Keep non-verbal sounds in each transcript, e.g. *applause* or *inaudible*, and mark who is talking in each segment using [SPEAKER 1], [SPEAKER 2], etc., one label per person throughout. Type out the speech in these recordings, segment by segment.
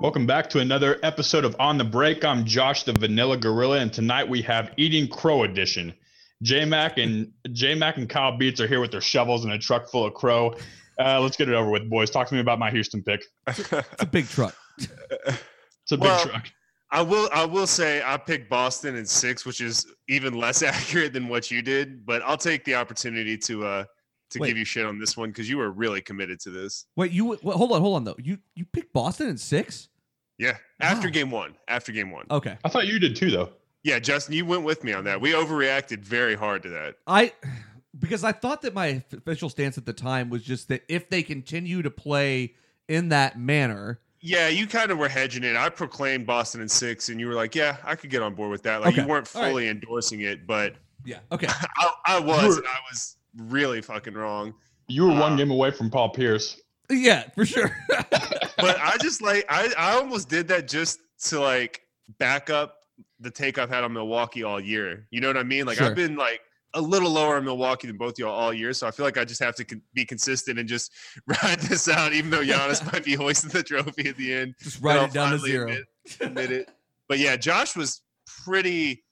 [SPEAKER 1] welcome back to another episode of On the Break. I'm Josh, the Vanilla Gorilla, and tonight we have Eating Crow Edition. J Mac and J Mac and Kyle Beats are here with their shovels and a truck full of crow. Uh, let's get it over with, boys. Talk to me about my Houston pick.
[SPEAKER 2] It's a big truck.
[SPEAKER 1] It's a big
[SPEAKER 3] Well,
[SPEAKER 1] truck.
[SPEAKER 3] I will I will say I picked Boston in six, which is even less *laughs* accurate than what you did, but I'll take the opportunity to uh to
[SPEAKER 2] Wait.
[SPEAKER 3] give you shit on this one because you were really committed to this.
[SPEAKER 2] Wait, you wait, hold on, hold on though. You you picked Boston in six?
[SPEAKER 3] Yeah. After
[SPEAKER 2] Wow.
[SPEAKER 3] game one. After game one.
[SPEAKER 2] Okay,
[SPEAKER 1] I thought you did too, though.
[SPEAKER 3] Yeah, Justin, you went with me on that. We overreacted very hard to that.
[SPEAKER 2] I because I thought that my official stance at the time was just that if they continue to play in that manner,
[SPEAKER 3] Yeah, you kind of were hedging it. I proclaimed Boston in six, and you were like, "Yeah, I could get on board with that." Like you
[SPEAKER 2] Okay.
[SPEAKER 3] weren't
[SPEAKER 2] All right.
[SPEAKER 3] fully endorsing it, but *laughs*
[SPEAKER 2] yeah, okay,
[SPEAKER 3] I, I was.
[SPEAKER 1] were-
[SPEAKER 3] and I was really fucking wrong.
[SPEAKER 1] You were one
[SPEAKER 3] Uh,
[SPEAKER 1] game away from Paul Pierce.
[SPEAKER 2] yeah, for sure.
[SPEAKER 3] but I just like I, I almost did that just to like back up the take I've had on Milwaukee all year. You know what I mean? Like
[SPEAKER 2] Sure.
[SPEAKER 3] I've been like a little lower on Milwaukee than both y'all all year, so I feel like I just have to con- be consistent and just *laughs* ride this out, even though Giannis might be hoisting the trophy at the end.
[SPEAKER 2] *laughs* just write
[SPEAKER 3] I'll
[SPEAKER 2] it down to
[SPEAKER 3] finally
[SPEAKER 2] zero.
[SPEAKER 3] Admit it. But yeah, Josh was pretty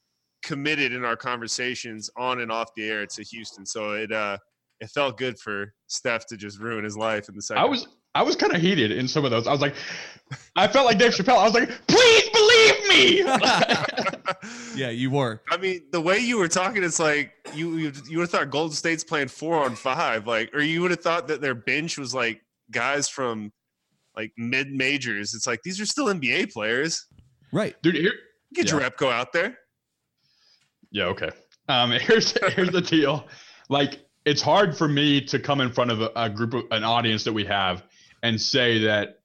[SPEAKER 3] committed in our conversations on and off the air to Houston, so it uh it felt good for Steph to just ruin his life in the second.
[SPEAKER 1] I was I was kind of heated in some of those. I was like, I felt like Dave Chappelle. I was like, please believe
[SPEAKER 3] *laughs*
[SPEAKER 1] me.
[SPEAKER 2] *laughs* yeah, you were.
[SPEAKER 3] I mean, the way you were talking, it's like you you, you would have thought Golden State's playing four on five, like, or you would have thought that their bench was like guys from like mid majors. It's like these are still NBA players.
[SPEAKER 2] Right.
[SPEAKER 1] Dude, here,
[SPEAKER 3] Get your Repco out there.
[SPEAKER 1] Yeah, okay. Um, *laughs* here's here's the deal. Like, it's hard for me to come in front of a, a group of an audience that we have and say that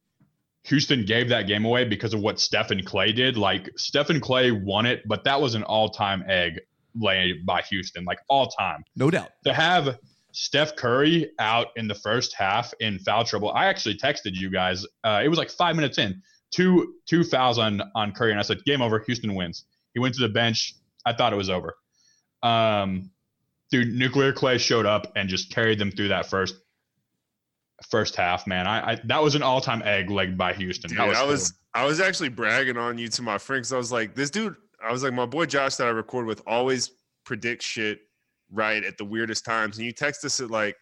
[SPEAKER 1] Houston gave that game away because of what Stephen Clay did. Like, Stephen Clay won it, but that was an all-time egg laid by Houston, like all time
[SPEAKER 2] No doubt.
[SPEAKER 1] to have Steph Curry out in the first half in foul trouble. I actually texted you guys. Uh, it was like five minutes in, two two fouls on on Curry, and I said, "Game over. Houston wins." He went to the bench. I thought it was over. Um, dude, nuclear clay showed up and just carried them through that first first half. Man, I, I that was an all time egg legged by Houston.
[SPEAKER 3] Dude,
[SPEAKER 1] that
[SPEAKER 3] I
[SPEAKER 1] was
[SPEAKER 3] was I was actually bragging on you to my friends. I was like, this dude. I was like, my boy Josh that I record with always predicts shit right at the weirdest times, and you text us at like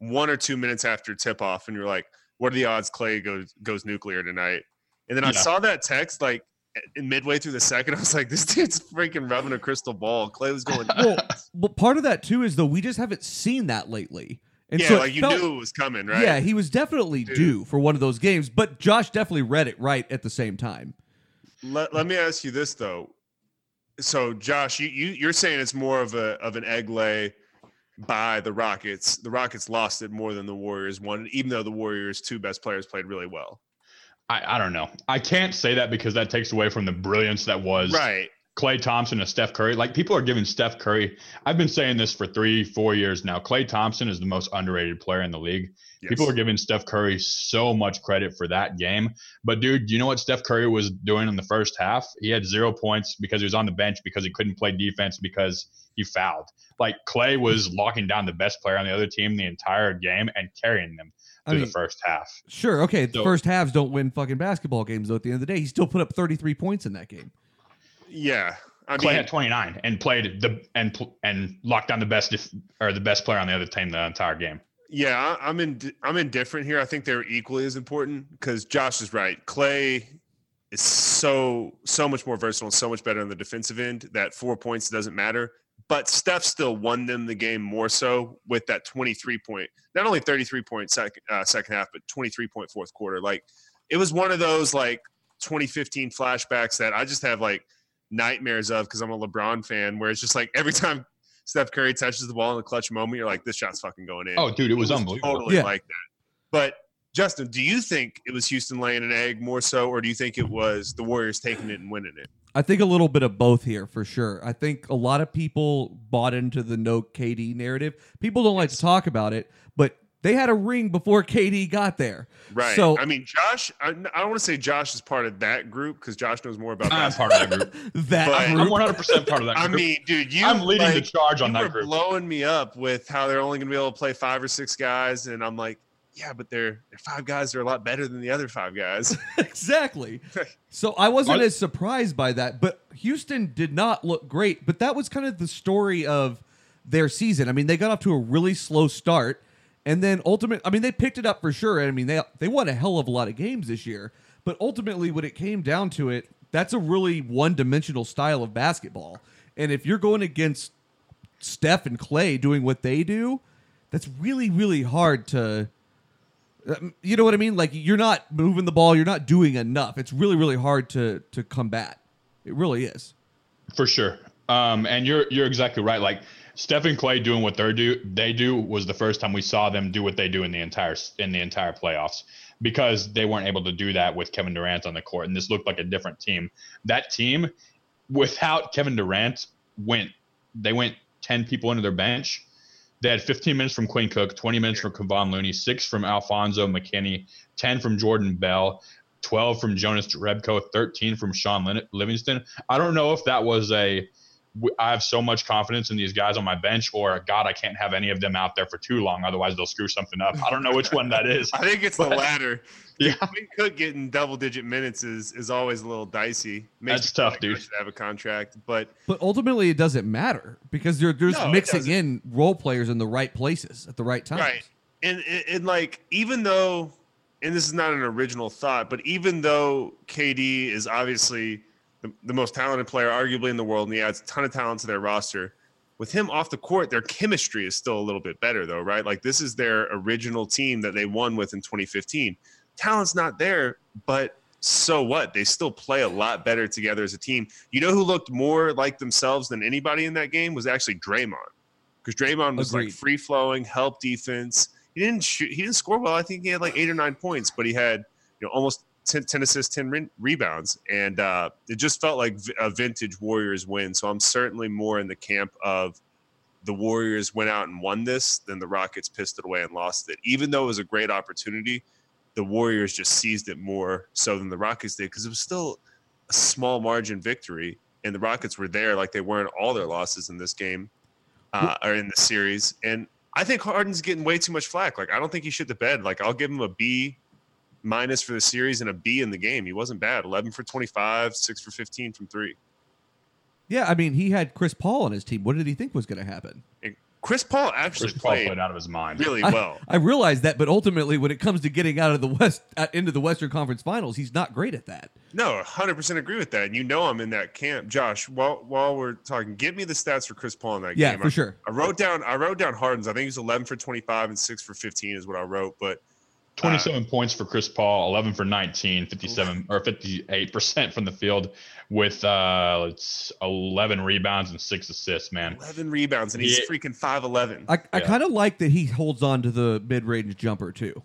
[SPEAKER 3] one or two minutes after tip off, and you're like, what are the odds Clay goes goes nuclear tonight? And then I
[SPEAKER 1] Yeah.
[SPEAKER 3] saw that text like in midway through the second. I was like, this dude's freaking rubbing a crystal ball. Clay was going.
[SPEAKER 2] *laughs* Well, well, part of that too is though we just haven't seen that lately, and
[SPEAKER 3] yeah,
[SPEAKER 2] so it
[SPEAKER 3] like you
[SPEAKER 2] felt-
[SPEAKER 3] knew it was coming, right?
[SPEAKER 2] Yeah, he was definitely
[SPEAKER 3] Dude.
[SPEAKER 2] due for one of those games, but Josh definitely read it right at the same time.
[SPEAKER 3] Let, let me ask you this though. So Josh, you, you you're saying it's more of a of an egg lay by the Rockets. The Rockets lost it more than the Warriors won, even though the Warriors' two best players played really well.
[SPEAKER 1] I, I don't know. I can't say that because that takes away from the brilliance that was
[SPEAKER 3] Right.
[SPEAKER 1] Clay Thompson to Steph Curry. Like people are giving Steph Curry. I've been saying this for three, four years now. Clay Thompson is the most underrated player in the league.
[SPEAKER 3] Yes.
[SPEAKER 1] People are giving Steph Curry so much credit for that game. But dude, you know what Steph Curry was doing in the first half? He had zero points because he was on the bench because he couldn't play defense because he fouled. Like Clay was locking down the best player on the other team the entire game and carrying them
[SPEAKER 2] I
[SPEAKER 1] through
[SPEAKER 2] mean,
[SPEAKER 1] the first half.
[SPEAKER 2] sure, okay, the
[SPEAKER 1] So-
[SPEAKER 2] first halves don't win fucking basketball games though. At the end of the day, he still put up thirty three points in that game.
[SPEAKER 3] yeah. I
[SPEAKER 1] Clay
[SPEAKER 3] mean,
[SPEAKER 1] had 29 and played the and pl- and locked down the best def- or the best player on the other team the entire game.
[SPEAKER 3] yeah, I, I'm in. I'm indifferent here. I think they're equally as important because Josh is right. Clay is so so much more versatile and so much better on the defensive end that four points doesn't matter. But Steph still won them the game more so with that 23 point, not only 33 point second uh, second half, but 23 point fourth quarter. Like it was one of those like 2015 flashbacks that I just have like nightmares of because I'm a LeBron fan, where it's just like every *laughs* time Steph Curry touches the ball in a clutch moment, you're like, this shot's fucking going in.
[SPEAKER 1] Oh, dude, it was, unbelievable.
[SPEAKER 3] Totally
[SPEAKER 2] Yeah.
[SPEAKER 3] like that. But Justin, do you think it was Houston laying an egg more so, or do you think it was the Warriors taking it and winning it?
[SPEAKER 2] I think a little bit of both here for sure. I think a lot of people bought into the no KD narrative. People don't like to talk about it, but they had a ring before KD got there.
[SPEAKER 3] Right.
[SPEAKER 2] So-
[SPEAKER 3] I mean, Josh. I, I don't want to say Josh is part of that group because Josh knows more about
[SPEAKER 1] I'm
[SPEAKER 3] that.
[SPEAKER 1] part of that
[SPEAKER 3] *laughs*
[SPEAKER 1] group.
[SPEAKER 2] That
[SPEAKER 3] But-
[SPEAKER 1] I'm
[SPEAKER 2] group-
[SPEAKER 1] 100 percent part of that.
[SPEAKER 3] I
[SPEAKER 1] group.
[SPEAKER 3] mean, dude, you.
[SPEAKER 1] I'm leading the
[SPEAKER 3] like,
[SPEAKER 1] charge on
[SPEAKER 3] you were
[SPEAKER 1] that group.
[SPEAKER 3] blowing me up with how they're only going to be able to play five or six guys, and I'm like, yeah, but they're, they're five guys. They're a lot better than the other five guys. *laughs*
[SPEAKER 2] exactly. So I wasn't as surprised by that, but Houston did not look great. But that was kind of the story of their season. I mean, they got off to a really slow start, and then ultimate. I mean, they picked it up for sure. I mean, they they won a hell of a lot of games this year. But ultimately, when it came down to it, that's a really one dimensional style of basketball. And if you're going against Steph and Clay doing what they do, that's really really hard to um, you know what I mean? Like you're not moving the ball, you're not doing enough. It's really, really hard to to combat. It really is.
[SPEAKER 1] For sure. Um, and you're you're exactly right. Like Stephen Clay doing what they do they do was the first time we saw them do what they do in the entire in the entire playoffs because they weren't able to do that with Kevin Durant on the court, and this looked like a different team. That team, without Kevin Durant, went they went ten people into their bench. They had 15 minutes from Quinn Cook, 20 minutes from Kevon Looney, six from Alfonso McKinney, 10 from Jordan Bell, 12 from Jonas Rebko, 13 from Sean Livingston. I don't know if that was a I have so much confidence in these guys on my bench, or God, I can't have any of them out there for too long, otherwise they'll screw something up. I don't know which one that is.
[SPEAKER 3] I think it's the
[SPEAKER 1] *laughs* But-
[SPEAKER 3] latter.
[SPEAKER 1] Yeah.
[SPEAKER 3] Quinn Cook getting double digit minutes is, is always a little dicey. Makes
[SPEAKER 1] That's
[SPEAKER 3] me
[SPEAKER 1] tough,
[SPEAKER 3] think I
[SPEAKER 1] dude.
[SPEAKER 3] Should have a contract, but
[SPEAKER 2] But ultimately, it doesn't matter because you're just
[SPEAKER 3] No, it
[SPEAKER 2] mixing
[SPEAKER 3] doesn't.
[SPEAKER 2] in role players in the right places at the right time.
[SPEAKER 3] Right. and, and and like even though, and this is not an original thought, but even though KD is obviously the, the most talented player arguably in the world, and he adds a ton of talent to their roster. With him off the court, their chemistry is still a little bit better, though, right? Like this is their original team that they won with in 2015. Talent's not there, but so what? They still play a lot better together as a team. You know who looked more like themselves than anybody in that game was actually Draymond, because Draymond was like
[SPEAKER 2] Agreed.
[SPEAKER 3] free flowing, help defense. He didn't shoot. He didn't score well. I think he had like eight or nine points, but he had you know almost 10, 10 assists, 10 re- rebounds. And uh, it just felt like v- a vintage Warriors win. So I'm certainly more in the camp of the Warriors went out and won this than the Rockets pissed it away and lost it. Even though it was a great opportunity, the Warriors just seized it more so than the Rockets did because it was still a small margin victory. And the Rockets were there like they were in all their losses in this game uh, or in the series. And I think Harden's getting way too much flack. Like, I don't think he shit the bed. Like, I'll give him a B minus for the series and a B in the game. He wasn't bad. 11 for 25, 6 for 15 from three.
[SPEAKER 2] Yeah. I mean, he had Chris Paul on his team. What did he think was going to happen?
[SPEAKER 3] And Chris Paul
[SPEAKER 1] Chris
[SPEAKER 3] actually
[SPEAKER 1] Paul
[SPEAKER 3] played
[SPEAKER 1] played out of his mind. Uh,
[SPEAKER 3] really well.
[SPEAKER 2] I realized that, but ultimately, when it comes to getting out of the West, uh, into the Western Conference Finals, he's not great at that.
[SPEAKER 3] No, 100% agree with that. And you know I'm in that camp. Josh, while, while we're talking, give me the stats for Chris Paul in that
[SPEAKER 2] Yeah,
[SPEAKER 3] game.
[SPEAKER 2] for sure.
[SPEAKER 3] I wrote down I wrote down Harden's. I think he was 11 for 25 and 6 for 15 is what I wrote, but
[SPEAKER 1] 27 points for Chris Paul, 11 for 19, 57 or 58 percent from the field, with uh, it's 11 rebounds and six assists. Man,
[SPEAKER 3] 11 rebounds and he's
[SPEAKER 1] Yeah.
[SPEAKER 3] freaking 5'11.
[SPEAKER 2] I, I
[SPEAKER 1] Yeah.
[SPEAKER 2] kind of like that he holds on to the mid range jumper, too.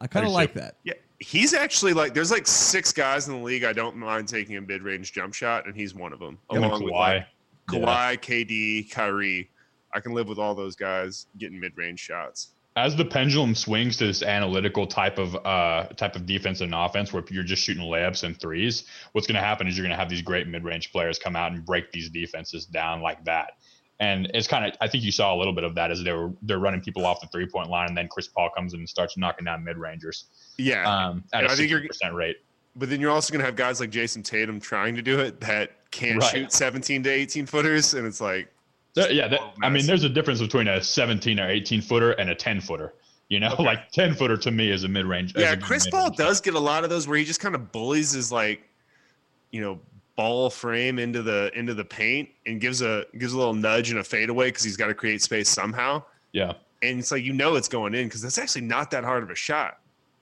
[SPEAKER 2] I kind
[SPEAKER 1] do
[SPEAKER 2] of
[SPEAKER 1] too.
[SPEAKER 2] like that.
[SPEAKER 3] Yeah, he's actually like there's like six guys in the league I don't mind taking a mid-range jump shot, and he's one of them.
[SPEAKER 1] Him and
[SPEAKER 3] Along with
[SPEAKER 1] Kawhi.
[SPEAKER 3] like, Kawhi, KD, Kyrie, I can live with all those guys getting mid-range shots.
[SPEAKER 1] as the pendulum swings to this analytical type of uh type of defense and offense where you're just shooting layups and threes what's going to happen is you're going to have these great mid-range players come out and break these defenses down like that and it's kind of i think you saw a little bit of that as they were they're running people off the three-point line and then chris paul comes in and starts knocking down mid-rangers
[SPEAKER 3] Yeah,
[SPEAKER 1] um at
[SPEAKER 3] And
[SPEAKER 1] a
[SPEAKER 3] I think you're-
[SPEAKER 1] 60% rate
[SPEAKER 3] but then you're also gonna have guys like Jason Tatum trying to do it that can't
[SPEAKER 1] Right.
[SPEAKER 3] shoot 17 to 18 footers, and it's like
[SPEAKER 1] There- yeah that, i mean
[SPEAKER 3] mess.
[SPEAKER 1] there's a difference between a 17 or 18 footer and a 10 footer you know
[SPEAKER 3] Okay.
[SPEAKER 1] like 10 footer to me is a mid-range is
[SPEAKER 3] yeah,
[SPEAKER 1] a good
[SPEAKER 3] Chris Paul
[SPEAKER 1] mid-range.
[SPEAKER 3] does get a lot of those where he just kind of bullies his like, you know, ball frame into the into the paint and gives a gives a little nudge and a fadeaway because he's got to create space somehow.
[SPEAKER 1] yeah
[SPEAKER 3] and it's like you know it's going in because that's actually not that hard of a shot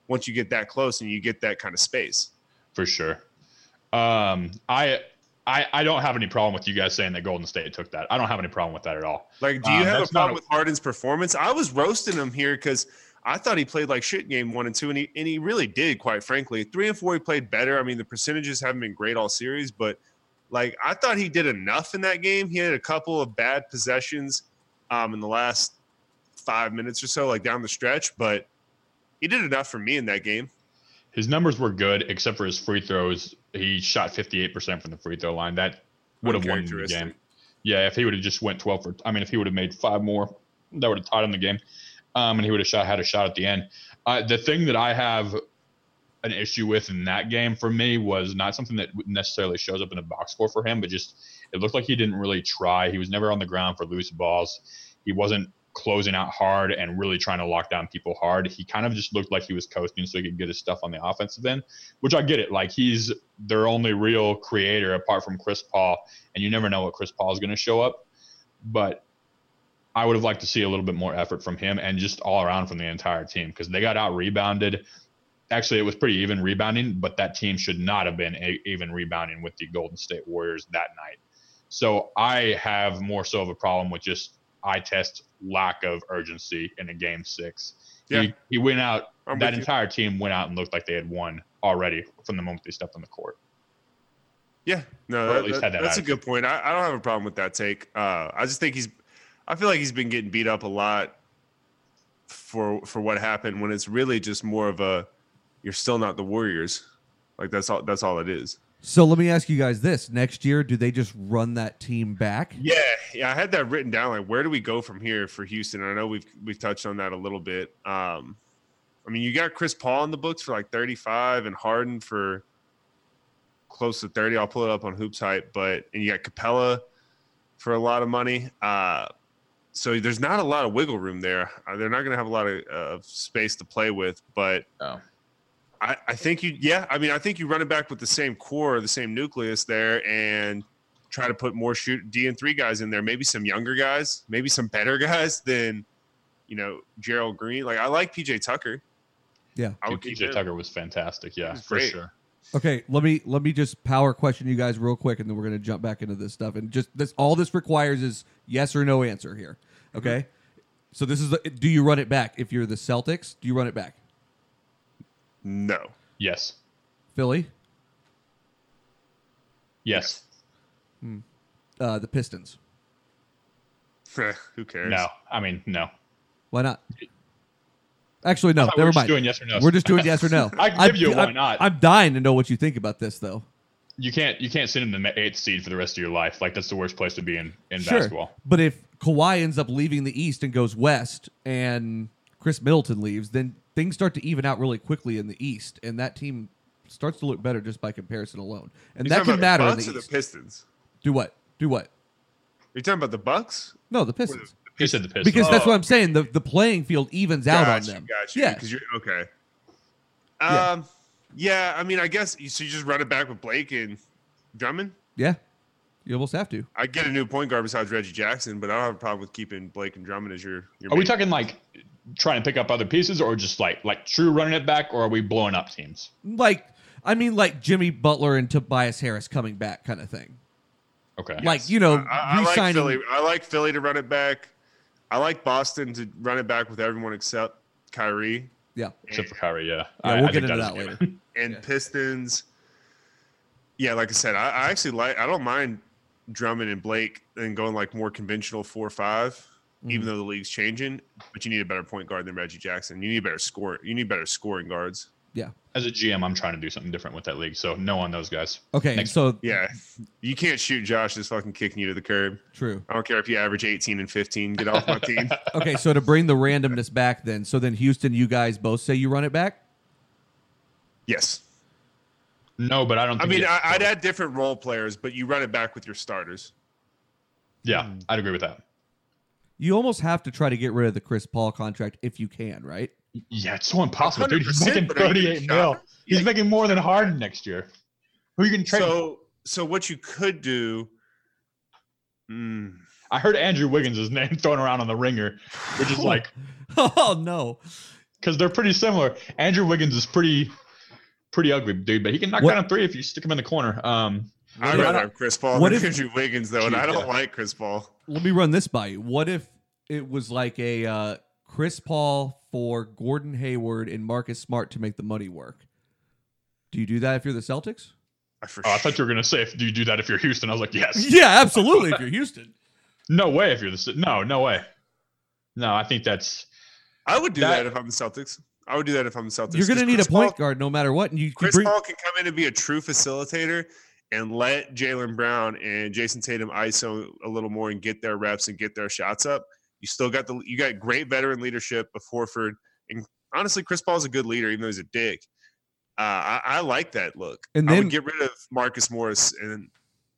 [SPEAKER 3] once you get that close and you get that kind of space.
[SPEAKER 1] for sure. Um, I, I, I don't have any problem with you guys saying that Golden State took that. I don't have any problem with that at all.
[SPEAKER 3] Like, do
[SPEAKER 1] Uh,
[SPEAKER 3] you have a
[SPEAKER 1] that's not
[SPEAKER 3] problem
[SPEAKER 1] a-
[SPEAKER 3] with Harden's performance? I was roasting him here because I thought he played like shit in game one and two, and he and he really did, quite frankly. Three and four, he played better. I mean, the percentages haven't been great all series, but like I thought he did enough in that game. He had a couple of bad possessions um, in the last five minutes or so, like down the stretch, but he did enough for me in that game.
[SPEAKER 1] His numbers were good except for his free throws. He shot 58% from the free throw line. That would have won him the
[SPEAKER 3] Uncharacteristic.
[SPEAKER 1] game. Yeah, if he would have just went 12 for, I mean, if he would have made five more, that would have tied him the game. Um, and he would have shot had a shot at the end. Uh, the thing that I have an issue with in that game for me was not something that necessarily shows up in the box score for him, but just it looked like he didn't really try. He was never on the ground for loose balls. He wasn't closing out hard and really trying to lock down people hard. He kind of just looked like he was coasting so he could get his stuff on the offensive end, which I get it. Like he's their only real creator apart from Chris Paul, and you never know what Chris Paul is going to show up. But I would have liked to see a little bit more effort from him and just all around from the entire team because they got out rebounded. Actually, it was pretty even rebounding, but that team should not have been a- even rebounding with the Golden State Warriors that night. So I have more so of a problem with just eye test lack of urgency in a game six.
[SPEAKER 3] Yeah.
[SPEAKER 1] He, he went out,
[SPEAKER 3] I'm
[SPEAKER 1] that
[SPEAKER 3] with you.
[SPEAKER 1] entire team went out and looked like they had won already from the moment they stepped on the court.
[SPEAKER 3] Yeah,
[SPEAKER 1] Or
[SPEAKER 3] no,
[SPEAKER 1] at
[SPEAKER 3] that-
[SPEAKER 1] least
[SPEAKER 3] that-
[SPEAKER 1] had that
[SPEAKER 3] that's a good point. I, I don't have a problem with that take. Uh, I just think he's, I feel like he's been getting beat up a lot for for what happened when it's really just more of a, you're still not the Warriors, like that's all that's all it is.
[SPEAKER 2] So let me ask you guys this: Next year, do they just run that team back?
[SPEAKER 3] Yeah, yeah, I had that written down. Like, where do we go from here for Houston? I know we've we've touched on that a little bit. Um, I mean, you got Chris Paul in the books for like 35 and Harden for close to 30. I'll pull it up on Hoops Hype, but and you got Capella for a lot of money. Uh, so there's not a lot of wiggle room there. Uh, they're not going to have a lot of of space to play with, but
[SPEAKER 1] Oh.
[SPEAKER 3] I, I think you, yeah. I mean, I think you run it back with the same core, the same nucleus there, and try to put more shoot D and three guys in there. Maybe some younger guys, maybe some better *laughs* guys than you know Gerald Green. Like I like PJ Tucker.
[SPEAKER 2] Yeah.
[SPEAKER 3] I would keep
[SPEAKER 1] PJ
[SPEAKER 3] him.
[SPEAKER 1] Tucker was fantastic. Yeah,
[SPEAKER 3] was
[SPEAKER 1] for
[SPEAKER 3] great.
[SPEAKER 1] sure.
[SPEAKER 2] Okay, let me let me just power question you guys real quick, and then we're gonna jump back into this stuff. And just this, all this requires is yes or no answer here. Okay,
[SPEAKER 1] Mm-hmm.
[SPEAKER 2] so this is the, do you run it back? If you're the Celtics, do you run it back?
[SPEAKER 3] No, *laughs*
[SPEAKER 1] Yes.
[SPEAKER 2] Philly,
[SPEAKER 1] Yes.
[SPEAKER 2] uh, the Pistons.
[SPEAKER 3] who cares?
[SPEAKER 1] No. I mean, no.
[SPEAKER 2] Why not? Actually, no.
[SPEAKER 1] I thought we
[SPEAKER 2] Oh,
[SPEAKER 1] were
[SPEAKER 2] Never
[SPEAKER 1] just
[SPEAKER 2] mind.
[SPEAKER 1] doing yes or no.
[SPEAKER 2] We're just doing yes or no.
[SPEAKER 1] *laughs* I can
[SPEAKER 2] I'm-
[SPEAKER 1] give you a why
[SPEAKER 2] I'm-
[SPEAKER 1] not.
[SPEAKER 2] I'm dying to know what you think about this, though.
[SPEAKER 1] you can't you can't sit in the eighth seed for the rest of your life. Like that's the worst place to be in in basketball.
[SPEAKER 2] But if Kawhi ends up leaving the East and goes West, and Chris Middleton leaves, then things start to even out really quickly in the East, and that team starts to look better just by comparison alone. And
[SPEAKER 3] You're
[SPEAKER 2] that
[SPEAKER 3] talking
[SPEAKER 2] can
[SPEAKER 3] about
[SPEAKER 2] matter in
[SPEAKER 3] Bucks
[SPEAKER 2] the
[SPEAKER 3] or the
[SPEAKER 2] East.
[SPEAKER 3] Pistons.
[SPEAKER 2] Do what? Do what?
[SPEAKER 3] You're talking about the Bucks.
[SPEAKER 2] No, the
[SPEAKER 3] Or the-
[SPEAKER 2] Pistons.
[SPEAKER 1] He said the Pistons.
[SPEAKER 2] Because that's
[SPEAKER 3] Oh.
[SPEAKER 2] what I'm saying. The the playing field evens out on
[SPEAKER 3] Gotcha,
[SPEAKER 2] them.
[SPEAKER 3] Gotcha.
[SPEAKER 2] Yeah.
[SPEAKER 3] Because you're okay.
[SPEAKER 2] Yeah.
[SPEAKER 3] Um. Yeah. I mean, I guess you, so. You just run it back with Blake and Drummond.
[SPEAKER 2] Yeah. You almost have to.
[SPEAKER 3] I get a new point guard besides Reggie Jackson, but I don't have a problem with keeping Blake and Drummond as your. your
[SPEAKER 1] Are we
[SPEAKER 3] main-
[SPEAKER 1] talking like trying to pick up other pieces, or just like like true running it back, or are we blowing up teams?
[SPEAKER 2] Like I mean like Jimmy Butler and Tobias Harris coming back kind of thing.
[SPEAKER 1] Okay.
[SPEAKER 2] Like, you know,
[SPEAKER 3] I, I like
[SPEAKER 2] re-signing-
[SPEAKER 3] Philly. I like Philly to run it back. I like Boston to run it back with everyone except Kyrie
[SPEAKER 2] Yeah.
[SPEAKER 1] Except for Kyrie, yeah.
[SPEAKER 2] Yeah,
[SPEAKER 1] I-
[SPEAKER 2] we'll
[SPEAKER 1] I
[SPEAKER 2] get
[SPEAKER 1] think
[SPEAKER 2] into
[SPEAKER 1] is
[SPEAKER 2] that
[SPEAKER 1] a
[SPEAKER 2] later.
[SPEAKER 1] given.
[SPEAKER 3] and
[SPEAKER 2] Yeah.
[SPEAKER 3] Pistons. Yeah, like I said, I, I actually like. I don't mind Drummond and Blake and going like more conventional four or five, even though the league's changing. But you need a better point guard than Reggie Jackson. You need better score. You need better scoring guards.
[SPEAKER 2] Yeah.
[SPEAKER 1] As a GM, I'm trying to do something different with that league. So no on those guys.
[SPEAKER 2] Okay,
[SPEAKER 1] Next-
[SPEAKER 2] so
[SPEAKER 3] Yeah, you can't shoot Josh just fucking kicking you to the curb.
[SPEAKER 2] true.
[SPEAKER 3] I don't care if you average 18 and 15. Get off my team.
[SPEAKER 2] Okay, so to bring the randomness back, then, so then Houston, you guys both say you run it back.
[SPEAKER 3] Yes.
[SPEAKER 1] No, but I don't.
[SPEAKER 3] I
[SPEAKER 1] Think
[SPEAKER 3] mean,
[SPEAKER 1] it-
[SPEAKER 3] I, I'd add different role players, but you run it back with your starters.
[SPEAKER 1] yeah, I'd agree with that.
[SPEAKER 2] You almost have to try to get rid of the Chris Paul contract if you can, right? *laughs*
[SPEAKER 1] Yeah, it's so impossible, dude. He's
[SPEAKER 3] 100%,
[SPEAKER 1] making
[SPEAKER 3] but are you
[SPEAKER 1] 38
[SPEAKER 3] gonna
[SPEAKER 1] mil. He's making more than Harden next year. Who you can trade?
[SPEAKER 3] So, so what you could do. Mm,
[SPEAKER 1] I heard Andrew Wiggins' *laughs* name thrown around on the ringer, which is like
[SPEAKER 2] oh no!
[SPEAKER 1] because they're pretty similar. Andrew Wiggins is pretty, pretty ugly, dude, but he can knock
[SPEAKER 2] What-
[SPEAKER 1] down a three if you stick him in the corner. Um,
[SPEAKER 3] I'd
[SPEAKER 2] if-
[SPEAKER 3] rather have Chris Paul
[SPEAKER 2] what
[SPEAKER 3] than
[SPEAKER 2] if-
[SPEAKER 3] Andrew Wiggins, though, and I
[SPEAKER 1] Yeah.
[SPEAKER 3] don't like Chris Paul.
[SPEAKER 2] Let me run this by you. What if it was like a uh, Chris Paul for Gordon Hayward and Marcus Smart to make the money work? Do you do that if you're the Celtics?
[SPEAKER 3] I for
[SPEAKER 1] oh, I
[SPEAKER 3] sure-
[SPEAKER 1] thought you were gonna say, if, "Do you do that if you're Houston?" I was like,
[SPEAKER 3] *laughs*
[SPEAKER 1] "Yes."
[SPEAKER 2] Yeah, absolutely. *laughs* if you're Houston,
[SPEAKER 1] No way. If you're the no, no way. No, I think that's
[SPEAKER 3] I would do
[SPEAKER 1] that-
[SPEAKER 3] that, if I'm the Celtics. I would do that if I'm the Celtics.
[SPEAKER 2] you're going to
[SPEAKER 3] 'cause
[SPEAKER 2] need a
[SPEAKER 3] Chris Paul-
[SPEAKER 2] point guard no matter what, and you can
[SPEAKER 3] Chris
[SPEAKER 2] bring.
[SPEAKER 3] Paul can come in and be a true facilitator and let Jalen Brown and Jason Tatum ISO a little more and get their reps and get their shots up. You still got the you got great veteran leadership of Horford and honestly, Chris Paul's a good leader, even though he's a dick. Uh, I, I like that look.
[SPEAKER 2] And
[SPEAKER 3] And then, I
[SPEAKER 2] then-
[SPEAKER 3] would get rid of Marcus Morris and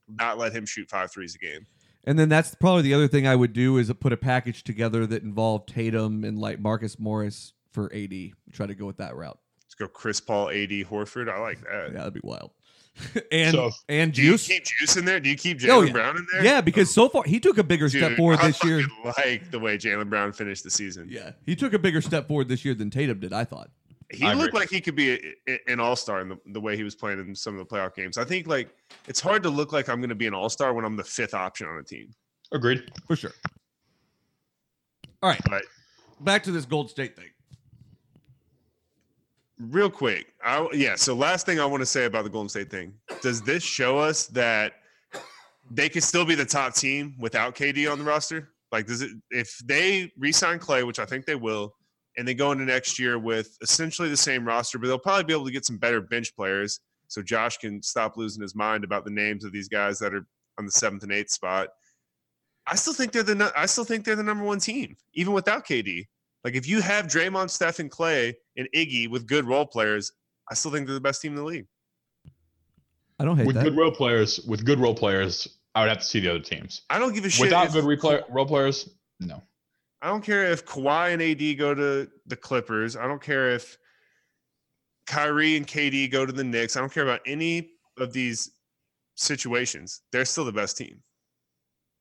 [SPEAKER 3] not let him shoot five threes a game.
[SPEAKER 2] And then that's probably the other thing I would do is put a package together that involved Tatum and like Marcus Morris for AD. Try to go with that route.
[SPEAKER 3] Let's go Chris Paul, AD, Horford. I like
[SPEAKER 2] Yeah,
[SPEAKER 3] that.
[SPEAKER 2] that'd be wild. *laughs* and
[SPEAKER 1] So-
[SPEAKER 2] and
[SPEAKER 3] Do you
[SPEAKER 2] Juice.
[SPEAKER 3] keep Juice in there? Do you keep Jalen
[SPEAKER 2] Oh, yeah.
[SPEAKER 3] Brown in there?
[SPEAKER 2] Yeah, because so far he took a bigger step
[SPEAKER 3] Dude,
[SPEAKER 2] forward
[SPEAKER 3] I
[SPEAKER 2] this year.
[SPEAKER 3] fucking Like the way Jalen Brown finished the season.
[SPEAKER 2] Yeah, he took a bigger step forward this year than Tatum did. I thought.
[SPEAKER 3] he
[SPEAKER 1] I
[SPEAKER 3] looked
[SPEAKER 1] agree.
[SPEAKER 3] like he could be a, a- an all star in the, the way he was playing in some of the playoff games. I think like it's hard to look like I'm going to be an all star when I'm the fifth option on a team.
[SPEAKER 1] Agreed.
[SPEAKER 2] for sure. All right,
[SPEAKER 3] Right.
[SPEAKER 2] back to this Gold State thing.
[SPEAKER 3] Real quick, I, yeah. So last thing I want to say about the Golden State thing: Does this show us that they could still be the top team without KD on the roster? Like, does it if they re-sign Clay, which I think they will, and they go into next year with essentially the same roster, but they'll probably be able to get some better bench players. So Josh can stop losing his mind about the names of these guys that are on the seventh and eighth spot. I still think they're the nu- I still think they're the number one team, even without KD. Like if you have Draymond, Steph, and Clay and Iggy with good role players, I still think they're the best team in the league.
[SPEAKER 2] I don't hate
[SPEAKER 1] with
[SPEAKER 2] that.
[SPEAKER 1] good role players, with good role players, I would have to see the other teams.
[SPEAKER 3] I don't give a shit.
[SPEAKER 1] Without
[SPEAKER 3] if-
[SPEAKER 1] good replay, role players, no.
[SPEAKER 3] I don't care if Kawhi and AD go to the Clippers. I don't care if Kyrie and KD go to the Knicks. I don't care about any of these situations. They're still the best team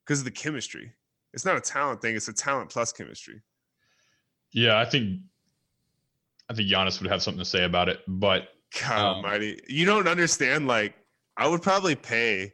[SPEAKER 3] because of the chemistry. It's not a talent thing. It's a talent plus chemistry.
[SPEAKER 1] Yeah, I think I think Giannis would have something to say about it, but
[SPEAKER 3] God
[SPEAKER 1] Um,
[SPEAKER 3] almighty. You don't understand. Like, I would probably pay,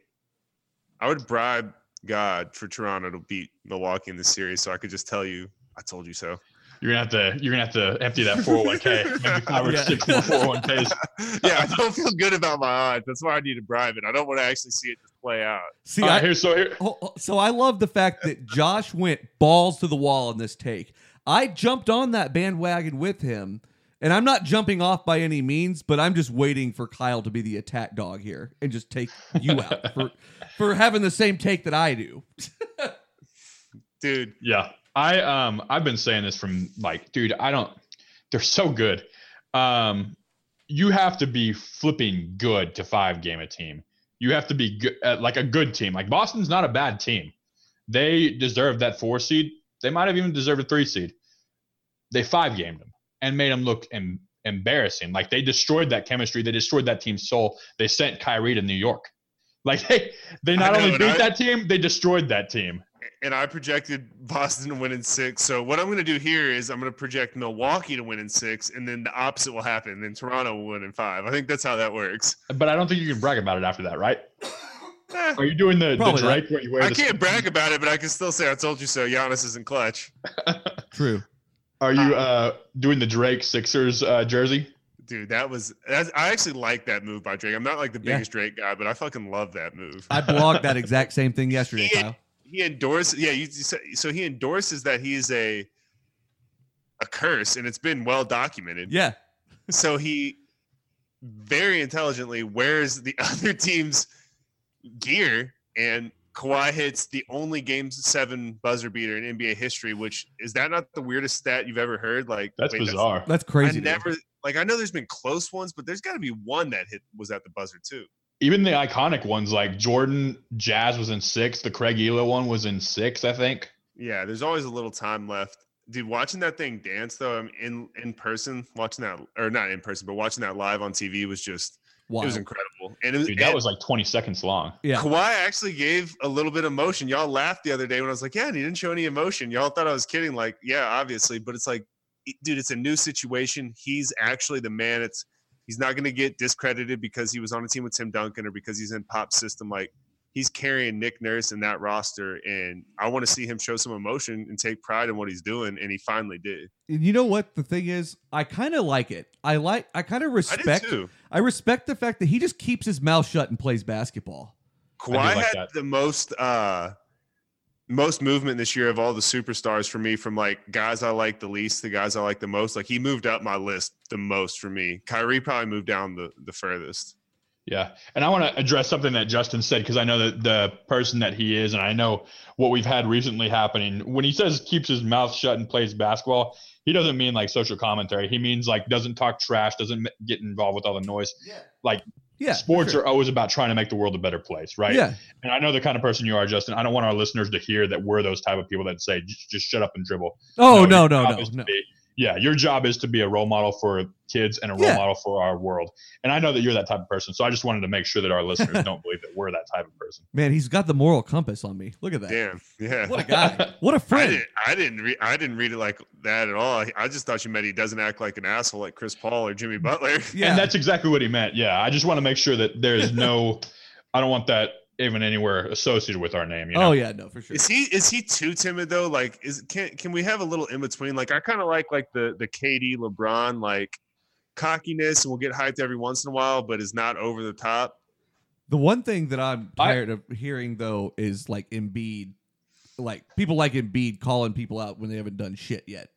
[SPEAKER 3] I would bribe God for Toronto to beat Milwaukee in the series so I could just tell you, I told you so. *laughs*
[SPEAKER 1] you're gonna have to you're gonna have to empty *laughs* that 401k. Maybe five or
[SPEAKER 2] Yeah.
[SPEAKER 1] six oh more 401ks.
[SPEAKER 3] yeah, I don't feel good about my odds. That's why I need to bribe it. I don't want to actually see it just play out.
[SPEAKER 2] See,
[SPEAKER 1] All
[SPEAKER 2] I,
[SPEAKER 1] right, here, so here,
[SPEAKER 2] Oh, oh, So I love the fact that Josh went balls to the wall in this take. I jumped on that bandwagon with him, and I'm not jumping off by any means, but I'm just waiting for Kyle to be the attack dog here and just take you out
[SPEAKER 3] *laughs*
[SPEAKER 2] for for having the same take that I do.
[SPEAKER 3] Dude,
[SPEAKER 1] Yeah. I um I've been saying this from like, dude, I don't they're so good. Um you have to be flipping good to five game a team. You have to be good uh, like a good team. Like Boston's not a bad team. They deserved that four seed. They might have even deserved a three seed. They five gamed them and made them look em- embarrassing. Like they destroyed that chemistry. They destroyed that team's soul. They sent Kyrie to New York. Like *laughs* they they not
[SPEAKER 3] know,
[SPEAKER 1] only
[SPEAKER 3] and
[SPEAKER 1] beat
[SPEAKER 3] I-
[SPEAKER 1] that team, they destroyed that team.
[SPEAKER 3] and I projected Boston to win in six. So what I'm going to do here is I'm going to project Milwaukee to win in six, and then the opposite will happen. Then Toronto will win in five. I think that's how that works.
[SPEAKER 1] But I don't think you can brag about it after that, right?
[SPEAKER 3] Eh,
[SPEAKER 1] Are you doing the, the
[SPEAKER 2] Probably not.
[SPEAKER 1] Drake where you wear
[SPEAKER 3] I
[SPEAKER 1] the-
[SPEAKER 3] can't brag about it, but I can still say I told you so. Giannis isn't clutch,
[SPEAKER 2] True.
[SPEAKER 1] Are you uh, doing the Drake Sixers uh, jersey?
[SPEAKER 3] dude. That was that's, I actually like that move by Drake. I'm not like the
[SPEAKER 2] Yeah.
[SPEAKER 3] biggest Drake guy, but I fucking love that move.
[SPEAKER 2] I blogged that exact same thing yesterday,
[SPEAKER 3] Yeah.
[SPEAKER 2] Kyle.
[SPEAKER 3] he endorses yeah you, you said- so he endorses that he's a a curse and it's been well documented
[SPEAKER 2] Yeah.
[SPEAKER 3] so he very intelligently wears the *laughs* other team's gear and Kawhi hits the only game seven buzzer beater in NBA history, which is that not the weirdest stat you've ever heard? Like
[SPEAKER 1] That's
[SPEAKER 3] wait,
[SPEAKER 1] bizarre.
[SPEAKER 2] That's
[SPEAKER 3] I
[SPEAKER 2] crazy. dude.
[SPEAKER 3] never like I know there's been close ones, but there's gotta be one that hit was at the buzzer too.
[SPEAKER 1] Even the iconic ones like Jordan Jazz was in six. The Craig Elo one was in six, I think.
[SPEAKER 3] Yeah, there's always a little time left. Dude, watching that thing dance though, I'm in in person, watching that or not in person, but watching that live on TV was just it was
[SPEAKER 2] Wild.
[SPEAKER 3] incredible. And it was,
[SPEAKER 1] Dude, that
[SPEAKER 3] and
[SPEAKER 1] was like 20 seconds long.
[SPEAKER 2] Yeah.
[SPEAKER 3] Kawhi actually gave a little bit of emotion. Y'all laughed the other day when I was like, "Yeah, and he didn't show any emotion." Y'all thought I was kidding. Like, yeah, obviously, but it's like, it- dude, it's a new situation. He's actually the man. It's he's not going to get discredited because he was on a team with Tim Duncan or because he's in Pop's system. Like, he's carrying Nick Nurse in that roster, and I want to see him show some emotion and take pride in what he's doing, and he finally did.
[SPEAKER 2] And you know what the thing is? I kind of like it. I like I kind of
[SPEAKER 3] I
[SPEAKER 2] respect
[SPEAKER 3] did too.
[SPEAKER 2] I respect the fact that he just keeps his mouth shut and plays basketball.
[SPEAKER 3] Kawhi
[SPEAKER 1] like
[SPEAKER 3] had
[SPEAKER 1] that.
[SPEAKER 3] the most uh most movement this year of all the superstars for me from like guys I like the least to guys I like the most. Like he moved up my list the most for me. Kyrie probably moved down the the furthest.
[SPEAKER 1] Yeah. And I want to address something that Justin said because I know that the person that he is, and I know what we've had recently happening. When he says keeps his mouth shut and plays basketball, he doesn't mean like social commentary. He means like doesn't talk trash, doesn't m- get involved with all the noise.
[SPEAKER 2] Yeah.
[SPEAKER 1] Like
[SPEAKER 2] Yeah.
[SPEAKER 1] sports are always about trying to make the world a better place, right?
[SPEAKER 2] Yeah.
[SPEAKER 1] And I know the kind of person you are, Justin. I don't want our listeners to hear that we're those type of people that say "J- just shut up and dribble.
[SPEAKER 2] Oh no
[SPEAKER 1] your
[SPEAKER 2] no
[SPEAKER 1] job
[SPEAKER 2] no
[SPEAKER 1] is to
[SPEAKER 2] no.
[SPEAKER 1] be- yeah, your job is to be a role model for kids and a role
[SPEAKER 2] Yeah.
[SPEAKER 1] model for our world. And I know that you're that type of person, so I just wanted to make sure that our listeners
[SPEAKER 2] *laughs*
[SPEAKER 1] don't believe that we're that type of person.
[SPEAKER 2] Man, he's got the moral compass on me. Look at that.
[SPEAKER 3] Damn. Yeah.
[SPEAKER 2] What
[SPEAKER 1] *laughs*
[SPEAKER 2] a guy. What a
[SPEAKER 3] I
[SPEAKER 2] friend.
[SPEAKER 3] didn't. I didn't read. I didn't read it like that at all. I, I just thought you meant he doesn't act like an asshole like Chris Paul or Jimmy Butler. *laughs*
[SPEAKER 2] Yeah.
[SPEAKER 1] And that's exactly what he meant. Yeah, I just want to make sure that
[SPEAKER 2] *laughs*
[SPEAKER 1] there's no, I don't want that even anywhere associated with our name. You know?
[SPEAKER 2] Oh yeah, no for sure.
[SPEAKER 3] Is he is he too timid though? Like, is can can we have a little in between? Like, I kind of like like the the KD LeBron like cockiness, and we'll get hyped every once in a while, but is not over the top.
[SPEAKER 2] The one thing that I'm
[SPEAKER 1] I-
[SPEAKER 2] tired of hearing though is like Embiid, like people like Embiid calling people out when they haven't done shit yet.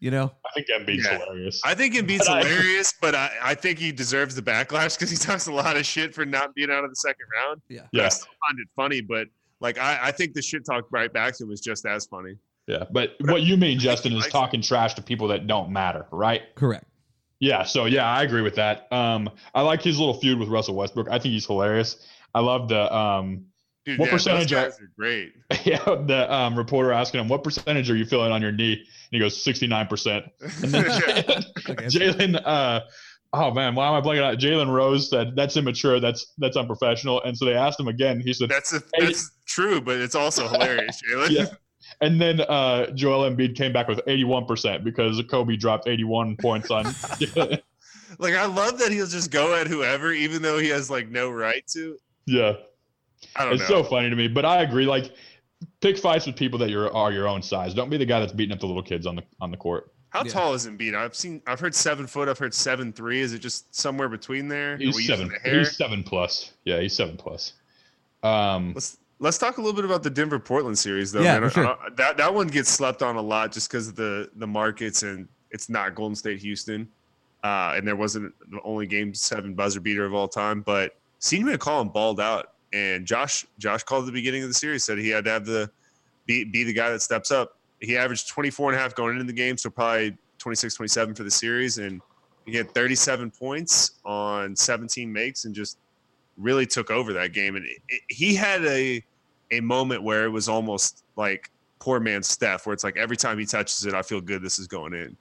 [SPEAKER 2] You know?
[SPEAKER 1] I think Embiid's
[SPEAKER 3] Yeah.
[SPEAKER 1] hilarious.
[SPEAKER 3] I
[SPEAKER 1] *laughs*
[SPEAKER 3] think Embiid's
[SPEAKER 1] But I-
[SPEAKER 3] hilarious, but I I think he deserves the backlash because he talks a lot of shit for not being out of the second round.
[SPEAKER 2] Yeah.
[SPEAKER 3] But I
[SPEAKER 1] Yeah.
[SPEAKER 3] still find it funny, but like I I think the shit talk right back to him is just as funny.
[SPEAKER 1] Yeah, but what you mean, Justin, is
[SPEAKER 3] Right.
[SPEAKER 1] talking trash to people that don't matter, right?
[SPEAKER 2] Correct.
[SPEAKER 1] Yeah, so yeah, I agree with that. Um, I like his little feud with Russell Westbrook. I think he's hilarious. I love the um, *laughs*
[SPEAKER 3] Dude,
[SPEAKER 1] What
[SPEAKER 3] yeah, those
[SPEAKER 1] percentage are-
[SPEAKER 3] guys are
[SPEAKER 1] *laughs*
[SPEAKER 3] great. *laughs*
[SPEAKER 1] yeah, the um, reporter asking him what percentage are you feeling on your knee, and he goes sixty nine percent. And then *laughs*
[SPEAKER 2] Okay. *laughs*
[SPEAKER 1] Jalen, uh, oh man, why am I blanking out? Jalen Rose said that's immature, that's that's unprofessional, and so they asked him again. He said,
[SPEAKER 3] That's a,
[SPEAKER 1] Hey.
[SPEAKER 3] that's true, but it's
[SPEAKER 1] *laughs*
[SPEAKER 3] also hilarious, Jalen.
[SPEAKER 1] yeah. And then uh, Joel Embiid came back with 81% because Kobe dropped 81 points on. *laughs*
[SPEAKER 3] Like I love that he'll just go at whoever, even though he has like no right to.
[SPEAKER 1] yeah.
[SPEAKER 3] I don't
[SPEAKER 1] It's so
[SPEAKER 3] know.
[SPEAKER 1] funny to me, but I agree. Like, pick fights with people that you're, are your own size. Don't be the guy that's beating up the little kids on the on the court.
[SPEAKER 3] How
[SPEAKER 2] Yeah.
[SPEAKER 3] tall is Embiid? I've seen, I've heard seven foot. I've heard seven three. Is it just somewhere between there? Are we
[SPEAKER 1] He's
[SPEAKER 3] using
[SPEAKER 1] seven.
[SPEAKER 3] the hair?
[SPEAKER 1] He's seven plus. Yeah, he's seven plus. Um,
[SPEAKER 3] Let's let's talk a little bit about the Denver Portland series, though.
[SPEAKER 2] Yeah,
[SPEAKER 3] man.
[SPEAKER 2] for
[SPEAKER 3] I- I- that that one gets slept on a lot just because of the the markets and it's not Golden State Houston, uh, and there wasn't the only Game Seven buzzer beater of all time. But Senior McCollum balled out, and Josh Josh called at the beginning of the series said he had to have the be be the guy that steps up. He averaged 24 and a half going into the game, so probably 26, 27 for the series, and he had 37 points on 17 makes and just really took over that game. And it, it- he had a a moment where it was almost like poor man Steph, where it's like every time he touches it, I feel good. This is going in.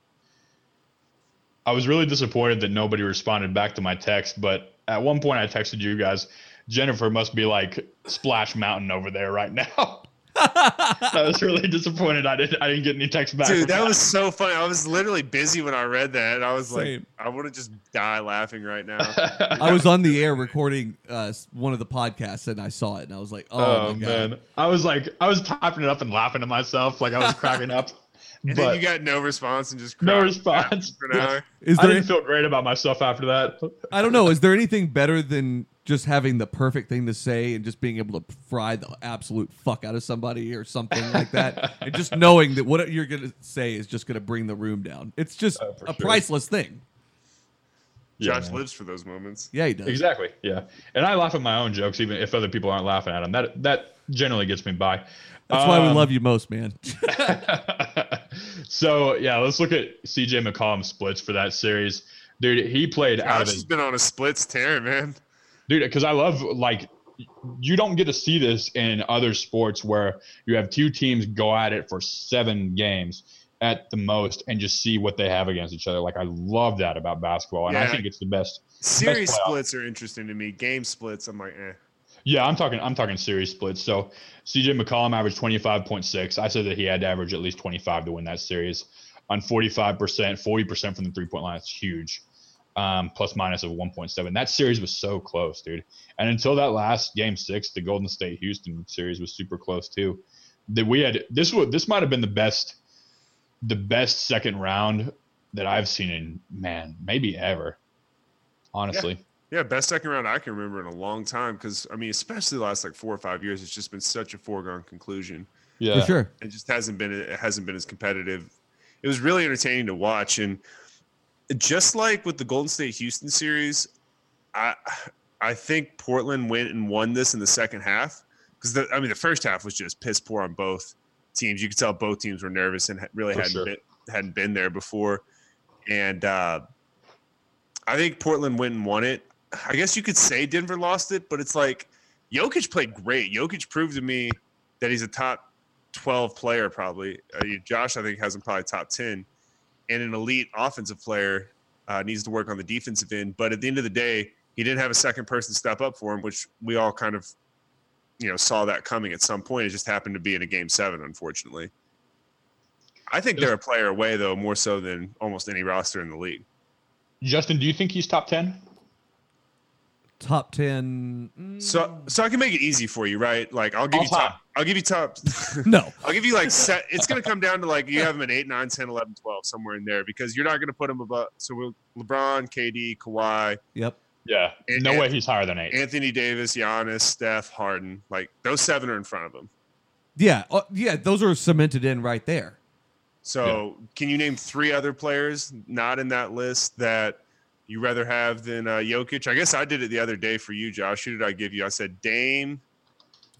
[SPEAKER 1] I was really disappointed that nobody responded back to my text, but at one point I texted you guys, Jennifer must be like Splash Mountain over there right now. *laughs* I was really disappointed. I didn't. I didn't get any text back.
[SPEAKER 3] Dude,
[SPEAKER 1] from *laughs*
[SPEAKER 3] that was so funny. I was literally busy when I read that. I was like,
[SPEAKER 2] Same.
[SPEAKER 3] I want to just die laughing right now.
[SPEAKER 1] Oh,
[SPEAKER 2] I was on the air recording uh, s- one of the podcasts and I saw it and I was like, oh,
[SPEAKER 1] Oh,
[SPEAKER 2] my god.
[SPEAKER 1] man, I was like, I was typing it up and laughing to myself, like I was cracking up.
[SPEAKER 3] *laughs* And then
[SPEAKER 1] but
[SPEAKER 3] you got no response and just
[SPEAKER 1] no
[SPEAKER 3] cried
[SPEAKER 1] response.
[SPEAKER 3] for an hour.
[SPEAKER 2] Is
[SPEAKER 1] I
[SPEAKER 2] there? I,
[SPEAKER 1] didn't feel great about myself after that.
[SPEAKER 2] don't know. Is there anything better than just having the perfect thing to say and just being able to fry the absolute fuck out of somebody or something
[SPEAKER 1] *laughs*
[SPEAKER 2] like that, and just knowing that what you're gonna say is just gonna bring the room down? It's just
[SPEAKER 1] Oh, for
[SPEAKER 2] a
[SPEAKER 1] sure.
[SPEAKER 2] priceless thing.
[SPEAKER 1] *laughs* Yeah,
[SPEAKER 3] Josh
[SPEAKER 1] man.
[SPEAKER 3] lives for those moments.
[SPEAKER 2] Yeah, he does.
[SPEAKER 1] Exactly. Yeah, and I laugh at my own jokes, even if other people aren't laughing at them. That that generally gets me by.
[SPEAKER 2] That's why we
[SPEAKER 1] Um,
[SPEAKER 2] love you most, man.
[SPEAKER 1] *laughs* so yeah, let's look at CJ McCollum splits for that series, dude. He played out of
[SPEAKER 3] Josh has
[SPEAKER 1] his
[SPEAKER 3] been on a splits tear, man.
[SPEAKER 1] dude because I love like you don't get to see this in other sports where you have two teams go at it for seven games at the most and just see what they have against each other. Like I love that about basketball, and I
[SPEAKER 3] Yeah.
[SPEAKER 1] think it's the best.
[SPEAKER 3] Series
[SPEAKER 1] playoff.
[SPEAKER 3] splits are interesting to me. Game splits, I'm like, eh.
[SPEAKER 1] Yeah, I'm talking. I'm talking series splits. So CJ McCollum averaged 25.6. I said that he had to average at least 25 to win that series. On 45%, 40% from the three point line, it's huge. Um, plus minus of 1.7. That series was so close, dude. And until that last game six, the Golden State Houston series was super close too. That we had this would this might have been the best, the best second round that I've seen in man maybe ever. Honestly,
[SPEAKER 3] Yeah, best second round I can remember in a long time because I mean, especially the last like four or five years, it's just been such a foregone conclusion.
[SPEAKER 1] yeah,
[SPEAKER 2] For sure.
[SPEAKER 3] It just hasn't been it hasn't been as competitive. It was really entertaining to watch, and just like with the Golden State Houston series, I I think Portland went and won this in the second half because I mean the first half was just piss poor on both teams. You could tell both teams were nervous and ha- really
[SPEAKER 1] For
[SPEAKER 3] hadn't
[SPEAKER 1] sure.
[SPEAKER 3] been, hadn't been there before. And uh, I think Portland went and won it. I guess you could say Denver lost it, but it's like Jokic played great. Jokic proved to me that he's a top twelve player probably. Uh, Josh I think has him probably top ten, and an elite offensive player uh, needs to work on the defensive end. But at the end of the day, he didn't have a second person step up for him, which we all kind of, you know, saw that coming at some point. It just happened to be in a game seven, unfortunately. I think they're a player away, though, more so than almost any roster in the league.
[SPEAKER 1] Justin, do you think he's top ten?
[SPEAKER 2] Top ten? mm,
[SPEAKER 3] So, so I can make it easy for you, right? Like I'll give
[SPEAKER 1] All
[SPEAKER 3] you top.
[SPEAKER 1] time.
[SPEAKER 3] I'll give you top. *laughs*
[SPEAKER 2] no.
[SPEAKER 3] I'll give
[SPEAKER 2] *laughs*
[SPEAKER 3] you like set. It's going to come down to like you have him at 8, 9, 10, 11, 12, somewhere in there because you're not going to put him above. So we'll, LeBron, KD, Kawhi,
[SPEAKER 2] Yep.
[SPEAKER 1] Yeah,
[SPEAKER 3] An-
[SPEAKER 1] no
[SPEAKER 3] an-
[SPEAKER 1] way he's higher than eight.
[SPEAKER 3] Anthony Davis, Giannis, Steph, Harden. Like those seven are in front of him.
[SPEAKER 2] Yeah. uh, yeah. Those are cemented in right there.
[SPEAKER 3] So, can you name three other players not in that list that you rather have than uh, Jokic? I guess I did it the other day for you, Josh. Who did I give you? I said Dame,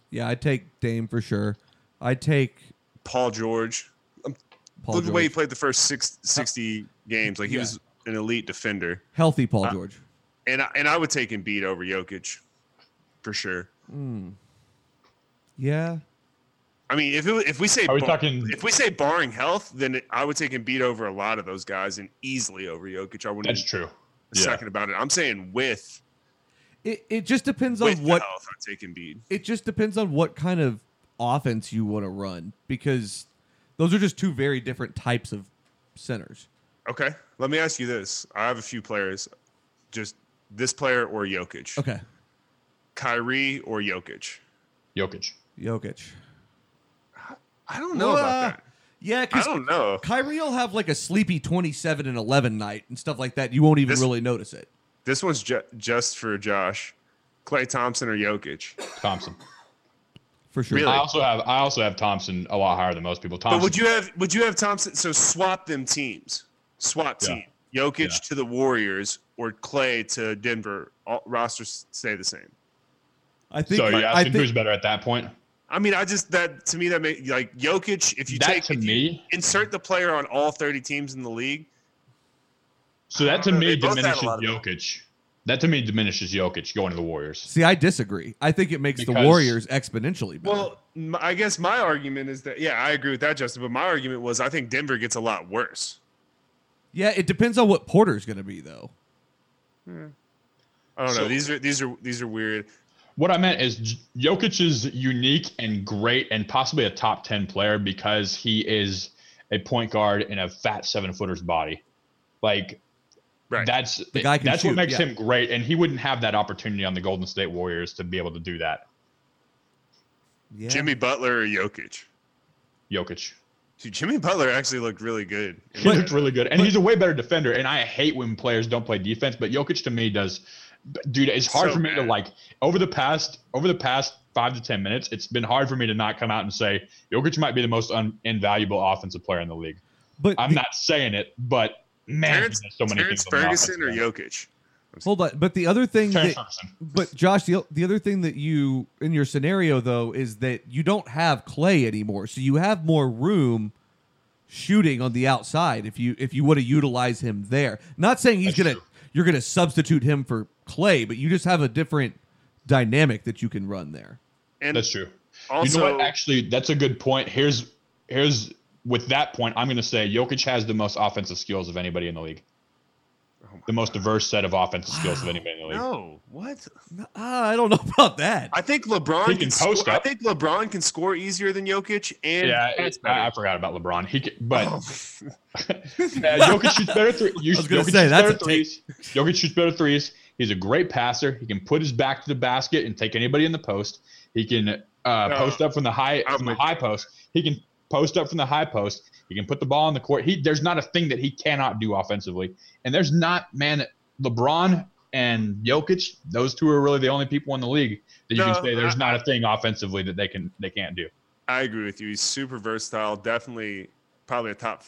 [SPEAKER 2] Yeah, I take Dame for sure. I take
[SPEAKER 3] Paul George.
[SPEAKER 2] Paul
[SPEAKER 3] Look at
[SPEAKER 2] George.
[SPEAKER 3] the way he played the first six, 60 games. Like he
[SPEAKER 2] Yeah.
[SPEAKER 3] was an elite defender,
[SPEAKER 2] Healthy Paul
[SPEAKER 3] Uh,
[SPEAKER 2] George.
[SPEAKER 3] and I, and I would take Embiid over Jokic for sure.
[SPEAKER 2] Mm. Yeah.
[SPEAKER 3] I mean, if it, was- if we say
[SPEAKER 1] Are we
[SPEAKER 3] bar-
[SPEAKER 1] talking?
[SPEAKER 3] if we say barring health, then it, I would take Embiid over a lot of those guys, and easily over Jokic. I wouldn't
[SPEAKER 1] That's true.
[SPEAKER 3] even a
[SPEAKER 1] Yeah.
[SPEAKER 3] second about it. I'm saying with
[SPEAKER 2] It, it just depends on
[SPEAKER 3] with
[SPEAKER 2] what
[SPEAKER 3] the health, I'd take Embiid.
[SPEAKER 2] it just depends on what kind of offense you want to run because those are just two very different types of centers.
[SPEAKER 3] Okay. Let me ask you this. I have a few players. Just this player or Jokic.
[SPEAKER 2] Okay.
[SPEAKER 3] Kyrie or Jokic.
[SPEAKER 1] Jokic.
[SPEAKER 2] Jokic.
[SPEAKER 3] I don't know
[SPEAKER 2] Uh,
[SPEAKER 3] about that.
[SPEAKER 2] Yeah,
[SPEAKER 3] I
[SPEAKER 2] because
[SPEAKER 3] don't know.
[SPEAKER 2] Kyrie will have like a sleepy 27 and 11 night and stuff like that. You won't even
[SPEAKER 3] This-
[SPEAKER 2] really notice it.
[SPEAKER 3] This one's ju- just for Josh. Clay Thompson or Jokic.
[SPEAKER 1] Thompson.
[SPEAKER 2] For sure.
[SPEAKER 3] Really?
[SPEAKER 1] I also have I also have Thompson a lot higher than most people. Thompson.
[SPEAKER 3] But would you have would you have Thompson so swap them teams. Swap
[SPEAKER 1] Yeah.
[SPEAKER 3] team. Jokic
[SPEAKER 1] Yeah.
[SPEAKER 3] to the Warriors or Clay to Denver. All rosters stay the same.
[SPEAKER 2] I think
[SPEAKER 1] so you're
[SPEAKER 2] I
[SPEAKER 1] asking
[SPEAKER 2] think
[SPEAKER 1] who's better at that point?
[SPEAKER 3] I mean, I just that to me that make like Jokic if you
[SPEAKER 1] that
[SPEAKER 3] take
[SPEAKER 1] to
[SPEAKER 3] if you
[SPEAKER 1] me.
[SPEAKER 3] insert the player on all 30 teams in the league,
[SPEAKER 1] So
[SPEAKER 3] I
[SPEAKER 1] that to
[SPEAKER 3] don't know,
[SPEAKER 1] me
[SPEAKER 3] they both had a
[SPEAKER 1] diminishes
[SPEAKER 3] lot of-
[SPEAKER 1] Jokic. That to me diminishes Jokic going to the Warriors.
[SPEAKER 2] See, I disagree. I think it makes the
[SPEAKER 1] Because-
[SPEAKER 2] Warriors exponentially better.
[SPEAKER 3] Well, m- I guess my argument is that yeah, I agree with that, Justin. But my argument was I think Denver gets a lot worse.
[SPEAKER 2] yeah, it depends on what Porter's going to be though.
[SPEAKER 3] I don't know.
[SPEAKER 1] So-
[SPEAKER 3] These are these are these are weird.
[SPEAKER 1] What I meant is J- Jokic is unique and great and possibly a top ten player because he is a point guard in a fat seven footer's body. Like
[SPEAKER 3] Right.
[SPEAKER 1] that's
[SPEAKER 2] The guy can
[SPEAKER 1] that's
[SPEAKER 2] shoot,
[SPEAKER 1] what makes
[SPEAKER 2] yeah.
[SPEAKER 1] him great, and he wouldn't have that opportunity on the Golden State Warriors to be able to do that.
[SPEAKER 2] Yeah.
[SPEAKER 3] Jimmy Butler or Jokic?
[SPEAKER 1] Jokic.
[SPEAKER 3] Dude, Jimmy Butler actually looked really good.
[SPEAKER 1] He looked really good, and he's a way better defender. And I hate when players don't play defense, but Jokic to me does. Dude, it's hard
[SPEAKER 3] So
[SPEAKER 1] for me to
[SPEAKER 3] bad.
[SPEAKER 1] like over the past over the past five to ten minutes. It's been hard for me to not come out and say Jokic might be the most un- invaluable offensive player in the league.
[SPEAKER 2] But
[SPEAKER 1] I'm
[SPEAKER 2] the-
[SPEAKER 1] not saying it, but man,
[SPEAKER 3] Terrence,
[SPEAKER 1] there's so many
[SPEAKER 3] Terrence
[SPEAKER 1] things on the
[SPEAKER 3] Ferguson or
[SPEAKER 1] offensive end.
[SPEAKER 3] Jokic?
[SPEAKER 2] Hold on, but the other thing
[SPEAKER 1] Terrence
[SPEAKER 2] that,
[SPEAKER 1] Ferguson.
[SPEAKER 2] But Josh, the, the other thing that you in your scenario though is that you don't have clay anymore, so you have more room shooting on the outside if you if you want to utilize him there. Not saying he's
[SPEAKER 1] That's
[SPEAKER 2] gonna
[SPEAKER 1] true.
[SPEAKER 2] you're gonna substitute him for clay, but you just have a different dynamic that you can run there.
[SPEAKER 3] And
[SPEAKER 1] That's true.
[SPEAKER 3] also,
[SPEAKER 1] you know what? Actually, that's a good point. Here's here's with that point, I'm going to say Jokic has the most offensive skills of anybody in the league.
[SPEAKER 3] Oh my
[SPEAKER 1] the most diverse set of offensive skills of anybody in the league.
[SPEAKER 3] no, what?
[SPEAKER 2] Uh, I don't know *laughs* about that.
[SPEAKER 3] I think LeBron
[SPEAKER 1] He can
[SPEAKER 3] can,
[SPEAKER 1] post
[SPEAKER 3] score, I
[SPEAKER 1] up.
[SPEAKER 3] think LeBron can score easier than Jokic, and
[SPEAKER 1] Yeah,
[SPEAKER 3] that's
[SPEAKER 1] it- I, I
[SPEAKER 3] better.
[SPEAKER 1] forgot about LeBron. He, can- but
[SPEAKER 3] Oh,
[SPEAKER 1] yeah, Jokic shoots better three. You,
[SPEAKER 2] Oh, *laughs* I was gonna
[SPEAKER 1] Jokic
[SPEAKER 2] say,
[SPEAKER 1] shoots
[SPEAKER 2] that's
[SPEAKER 1] better
[SPEAKER 2] a
[SPEAKER 1] threes.
[SPEAKER 2] *laughs*
[SPEAKER 1] Jokic shoots better threes. He's a great passer. He can put his back to the basket and take anybody in the post. He can uh, post up from the high
[SPEAKER 3] I'm
[SPEAKER 1] from the
[SPEAKER 3] with
[SPEAKER 1] high post. He can post up from the high post. He can put the ball on the court. He there's not a thing that he cannot do offensively. And there's not man LeBron and Jokic. Those two are really the only people in the league that you
[SPEAKER 3] No,
[SPEAKER 1] can say there's
[SPEAKER 3] I-
[SPEAKER 1] not a thing offensively that they can they can't do.
[SPEAKER 3] I agree with you. He's super versatile. Definitely, probably a top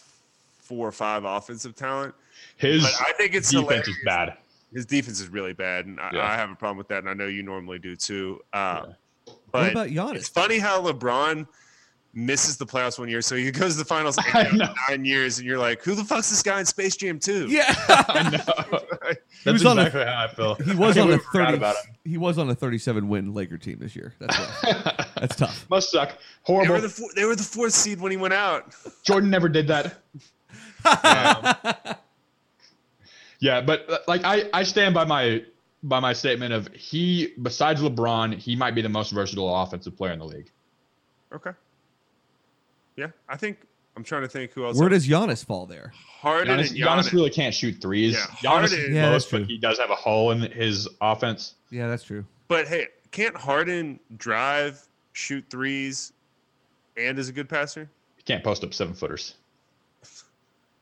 [SPEAKER 3] four or five offensive talent.
[SPEAKER 1] His
[SPEAKER 3] But I think it's
[SPEAKER 1] defense is
[SPEAKER 3] hilarious.
[SPEAKER 1] bad.
[SPEAKER 3] his defense is really bad, and I,
[SPEAKER 1] Yeah.
[SPEAKER 3] I have a problem with that, and I know you normally do too. Uh,
[SPEAKER 1] Yeah.
[SPEAKER 2] What
[SPEAKER 3] But
[SPEAKER 2] about Giannis?
[SPEAKER 3] it's funny how LeBron misses the playoffs one year, so he goes to the
[SPEAKER 2] *laughs*
[SPEAKER 3] finals
[SPEAKER 1] I
[SPEAKER 3] eight out of
[SPEAKER 1] know.
[SPEAKER 3] nine years, and you're like, who the fuck's this guy in Space Jam 2?
[SPEAKER 2] *laughs* Yeah,
[SPEAKER 1] I know. That's
[SPEAKER 2] was on a-
[SPEAKER 1] exactly how I feel.
[SPEAKER 2] he was
[SPEAKER 1] I
[SPEAKER 2] on a
[SPEAKER 1] completely forgot
[SPEAKER 2] thirty.
[SPEAKER 1] about
[SPEAKER 2] He was on a thirty-seven win Laker team this year. That's rough.
[SPEAKER 1] *laughs* him.
[SPEAKER 2] that's tough.
[SPEAKER 1] Must suck.
[SPEAKER 3] They
[SPEAKER 1] Horrible.
[SPEAKER 3] were, the four, they were the fourth seed when he went out.
[SPEAKER 1] Jordan never did that. Yeah, but uh, like I, I stand by my by my statement of he besides LeBron, he might be the most versatile offensive player in the league.
[SPEAKER 3] Okay. Yeah, I think I'm trying to think who
[SPEAKER 2] *laughs*
[SPEAKER 3] else.
[SPEAKER 2] Where does Giannis fall there?
[SPEAKER 3] Harden
[SPEAKER 1] Giannis,
[SPEAKER 3] and
[SPEAKER 1] Giannis
[SPEAKER 3] Giannis.
[SPEAKER 1] really can't shoot threes.
[SPEAKER 3] Yeah,
[SPEAKER 1] Giannis
[SPEAKER 3] Harden-
[SPEAKER 1] is
[SPEAKER 2] Yeah,
[SPEAKER 1] most,
[SPEAKER 2] that's
[SPEAKER 1] but
[SPEAKER 2] true.
[SPEAKER 1] he does have a hole in his offense.
[SPEAKER 2] Yeah, that's true.
[SPEAKER 3] But hey, can't Harden drive, shoot threes, and is a good passer?
[SPEAKER 1] He can't post up seven footers.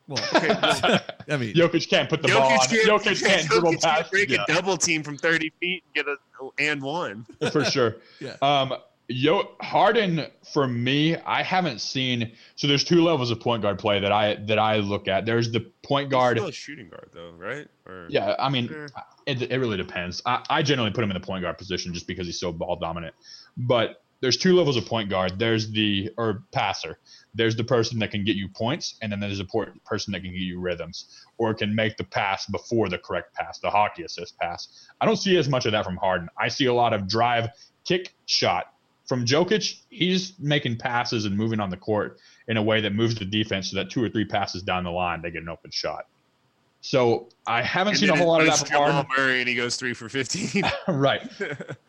[SPEAKER 2] Well,
[SPEAKER 3] *laughs*
[SPEAKER 1] *laughs*
[SPEAKER 3] Okay, well,
[SPEAKER 2] I mean,
[SPEAKER 1] Jokic can't put the ball on. Jokic can't dribble
[SPEAKER 3] *laughs* Jokic can't
[SPEAKER 1] past.
[SPEAKER 3] break
[SPEAKER 1] Yeah,
[SPEAKER 3] a double team from 30 feet and get a and one. *laughs*
[SPEAKER 1] for sure.
[SPEAKER 2] yeah.
[SPEAKER 1] Um, Yo, Harden for me, I haven't seen. So there's two levels of point guard play that I that I look at. There's the point guard.
[SPEAKER 3] Still a shooting guard though, right? Or
[SPEAKER 1] Yeah, I mean,
[SPEAKER 3] Eh.
[SPEAKER 1] it, it really depends. I, I generally put him in the point guard position just because he's so ball dominant. But there's two levels of point guard. There's the or passer. There's the person that can get you points, and then there's a por- person that can get you rhythms or can make the pass before the correct pass, the hockey assist pass. I don't see as much of that from Harden. I see a lot of drive, kick, shot from Jokic. He's making passes and moving on the court in a way that moves the defense so that two or three passes down the line they get an open shot. So I haven't
[SPEAKER 3] And
[SPEAKER 1] seen a
[SPEAKER 3] then
[SPEAKER 1] whole lot of
[SPEAKER 3] it's
[SPEAKER 1] that from
[SPEAKER 3] Jamal
[SPEAKER 1] Harden.
[SPEAKER 3] Murray and he goes three for
[SPEAKER 1] *laughs*
[SPEAKER 3] *laughs* 15.
[SPEAKER 1] right.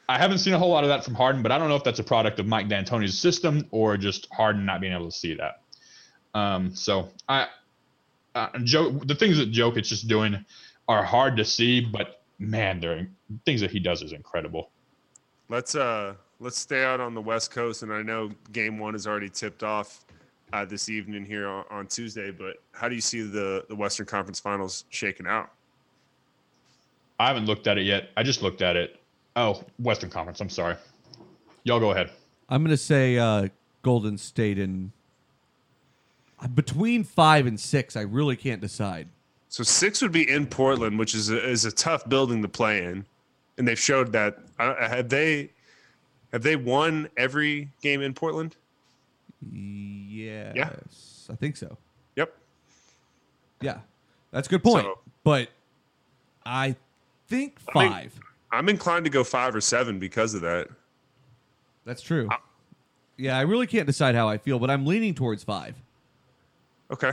[SPEAKER 1] I haven't seen a whole lot of that from Harden, but I don't know if that's a product of Mike D'Antoni's system or just Harden not being able to see that. Um, so I, uh, Joe, the things that Jokic's just doing are hard to see, but man, they're in- things that he does is incredible.
[SPEAKER 3] Let's uh let's stay out on the West Coast, and I know Game One is already tipped off uh, this evening here on, on Tuesday. But how do you see the the Western Conference Finals shaking out?
[SPEAKER 1] I haven't looked at it yet. I just looked at it. Oh, Western Conference. I'm sorry. Y'all go ahead.
[SPEAKER 2] I'm gonna say uh, Golden State and between five and six. I really can't decide.
[SPEAKER 3] So six would be in Portland, which is a, is a tough building to play in, and they've showed that. Uh, have they have they won every game in Portland?
[SPEAKER 2] Yes,
[SPEAKER 3] Yeah.
[SPEAKER 2] I think so.
[SPEAKER 3] Yep.
[SPEAKER 2] Yeah, that's a good point.
[SPEAKER 3] So-
[SPEAKER 2] but I think
[SPEAKER 3] I think-
[SPEAKER 2] five.
[SPEAKER 3] I'm inclined to go five or seven because of that.
[SPEAKER 2] that's true.
[SPEAKER 3] uh,
[SPEAKER 2] yeah, I really can't decide how I feel, but I'm leaning towards five.
[SPEAKER 3] Okay.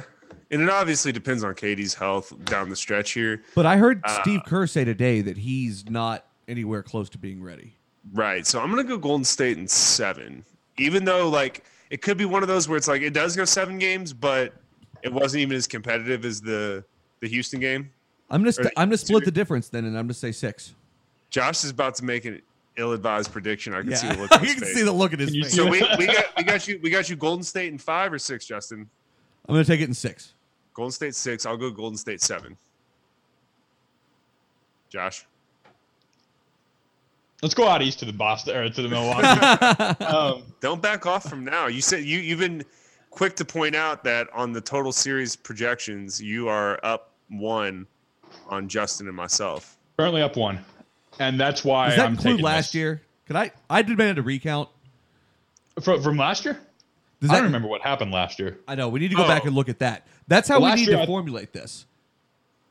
[SPEAKER 3] And it obviously depends on Katie's health down the stretch here.
[SPEAKER 2] But I heard
[SPEAKER 3] Uh,
[SPEAKER 2] Steve Kerr say today that he's not anywhere close to being ready.
[SPEAKER 3] Right. So I'm gonna go Golden State in seven. Even though like it could be one of those where it's like it does go seven games, but it wasn't even as competitive as the the Houston game.
[SPEAKER 2] I'm gonna st-
[SPEAKER 3] Or-
[SPEAKER 2] I'm gonna split the difference then, and I'm gonna say six.
[SPEAKER 3] Josh is about to make an ill-advised prediction. I can see the
[SPEAKER 2] Yeah, *laughs*
[SPEAKER 3] look on
[SPEAKER 2] you
[SPEAKER 3] his
[SPEAKER 2] can
[SPEAKER 3] face.
[SPEAKER 2] see the look in his
[SPEAKER 1] Can you
[SPEAKER 2] face.
[SPEAKER 3] so we, we got we got you we got you Golden State in five or six, Justin.
[SPEAKER 2] I'm gonna take it in six.
[SPEAKER 3] Golden State six. I'll go Golden State seven. Josh.
[SPEAKER 1] Let's go out east to the Boston or to the Milwaukee.
[SPEAKER 2] *laughs*
[SPEAKER 1] um,
[SPEAKER 3] Don't back off from now. You said you you've been quick to point out that on the total series projections, you are up one on Justin and myself.
[SPEAKER 1] currently up one, and that's why
[SPEAKER 2] Does that
[SPEAKER 1] I'm
[SPEAKER 2] include
[SPEAKER 1] taking
[SPEAKER 2] last
[SPEAKER 1] this.
[SPEAKER 2] year? Could I? I demand a recount.
[SPEAKER 1] from, from last year.
[SPEAKER 2] Does
[SPEAKER 1] I
[SPEAKER 2] that
[SPEAKER 1] don't remember what happened last year.
[SPEAKER 2] I know we need to go
[SPEAKER 3] Oh.
[SPEAKER 2] back and look at that. That's how
[SPEAKER 1] Well,
[SPEAKER 2] we
[SPEAKER 1] last
[SPEAKER 2] need
[SPEAKER 1] year
[SPEAKER 2] to
[SPEAKER 1] I-
[SPEAKER 2] formulate this.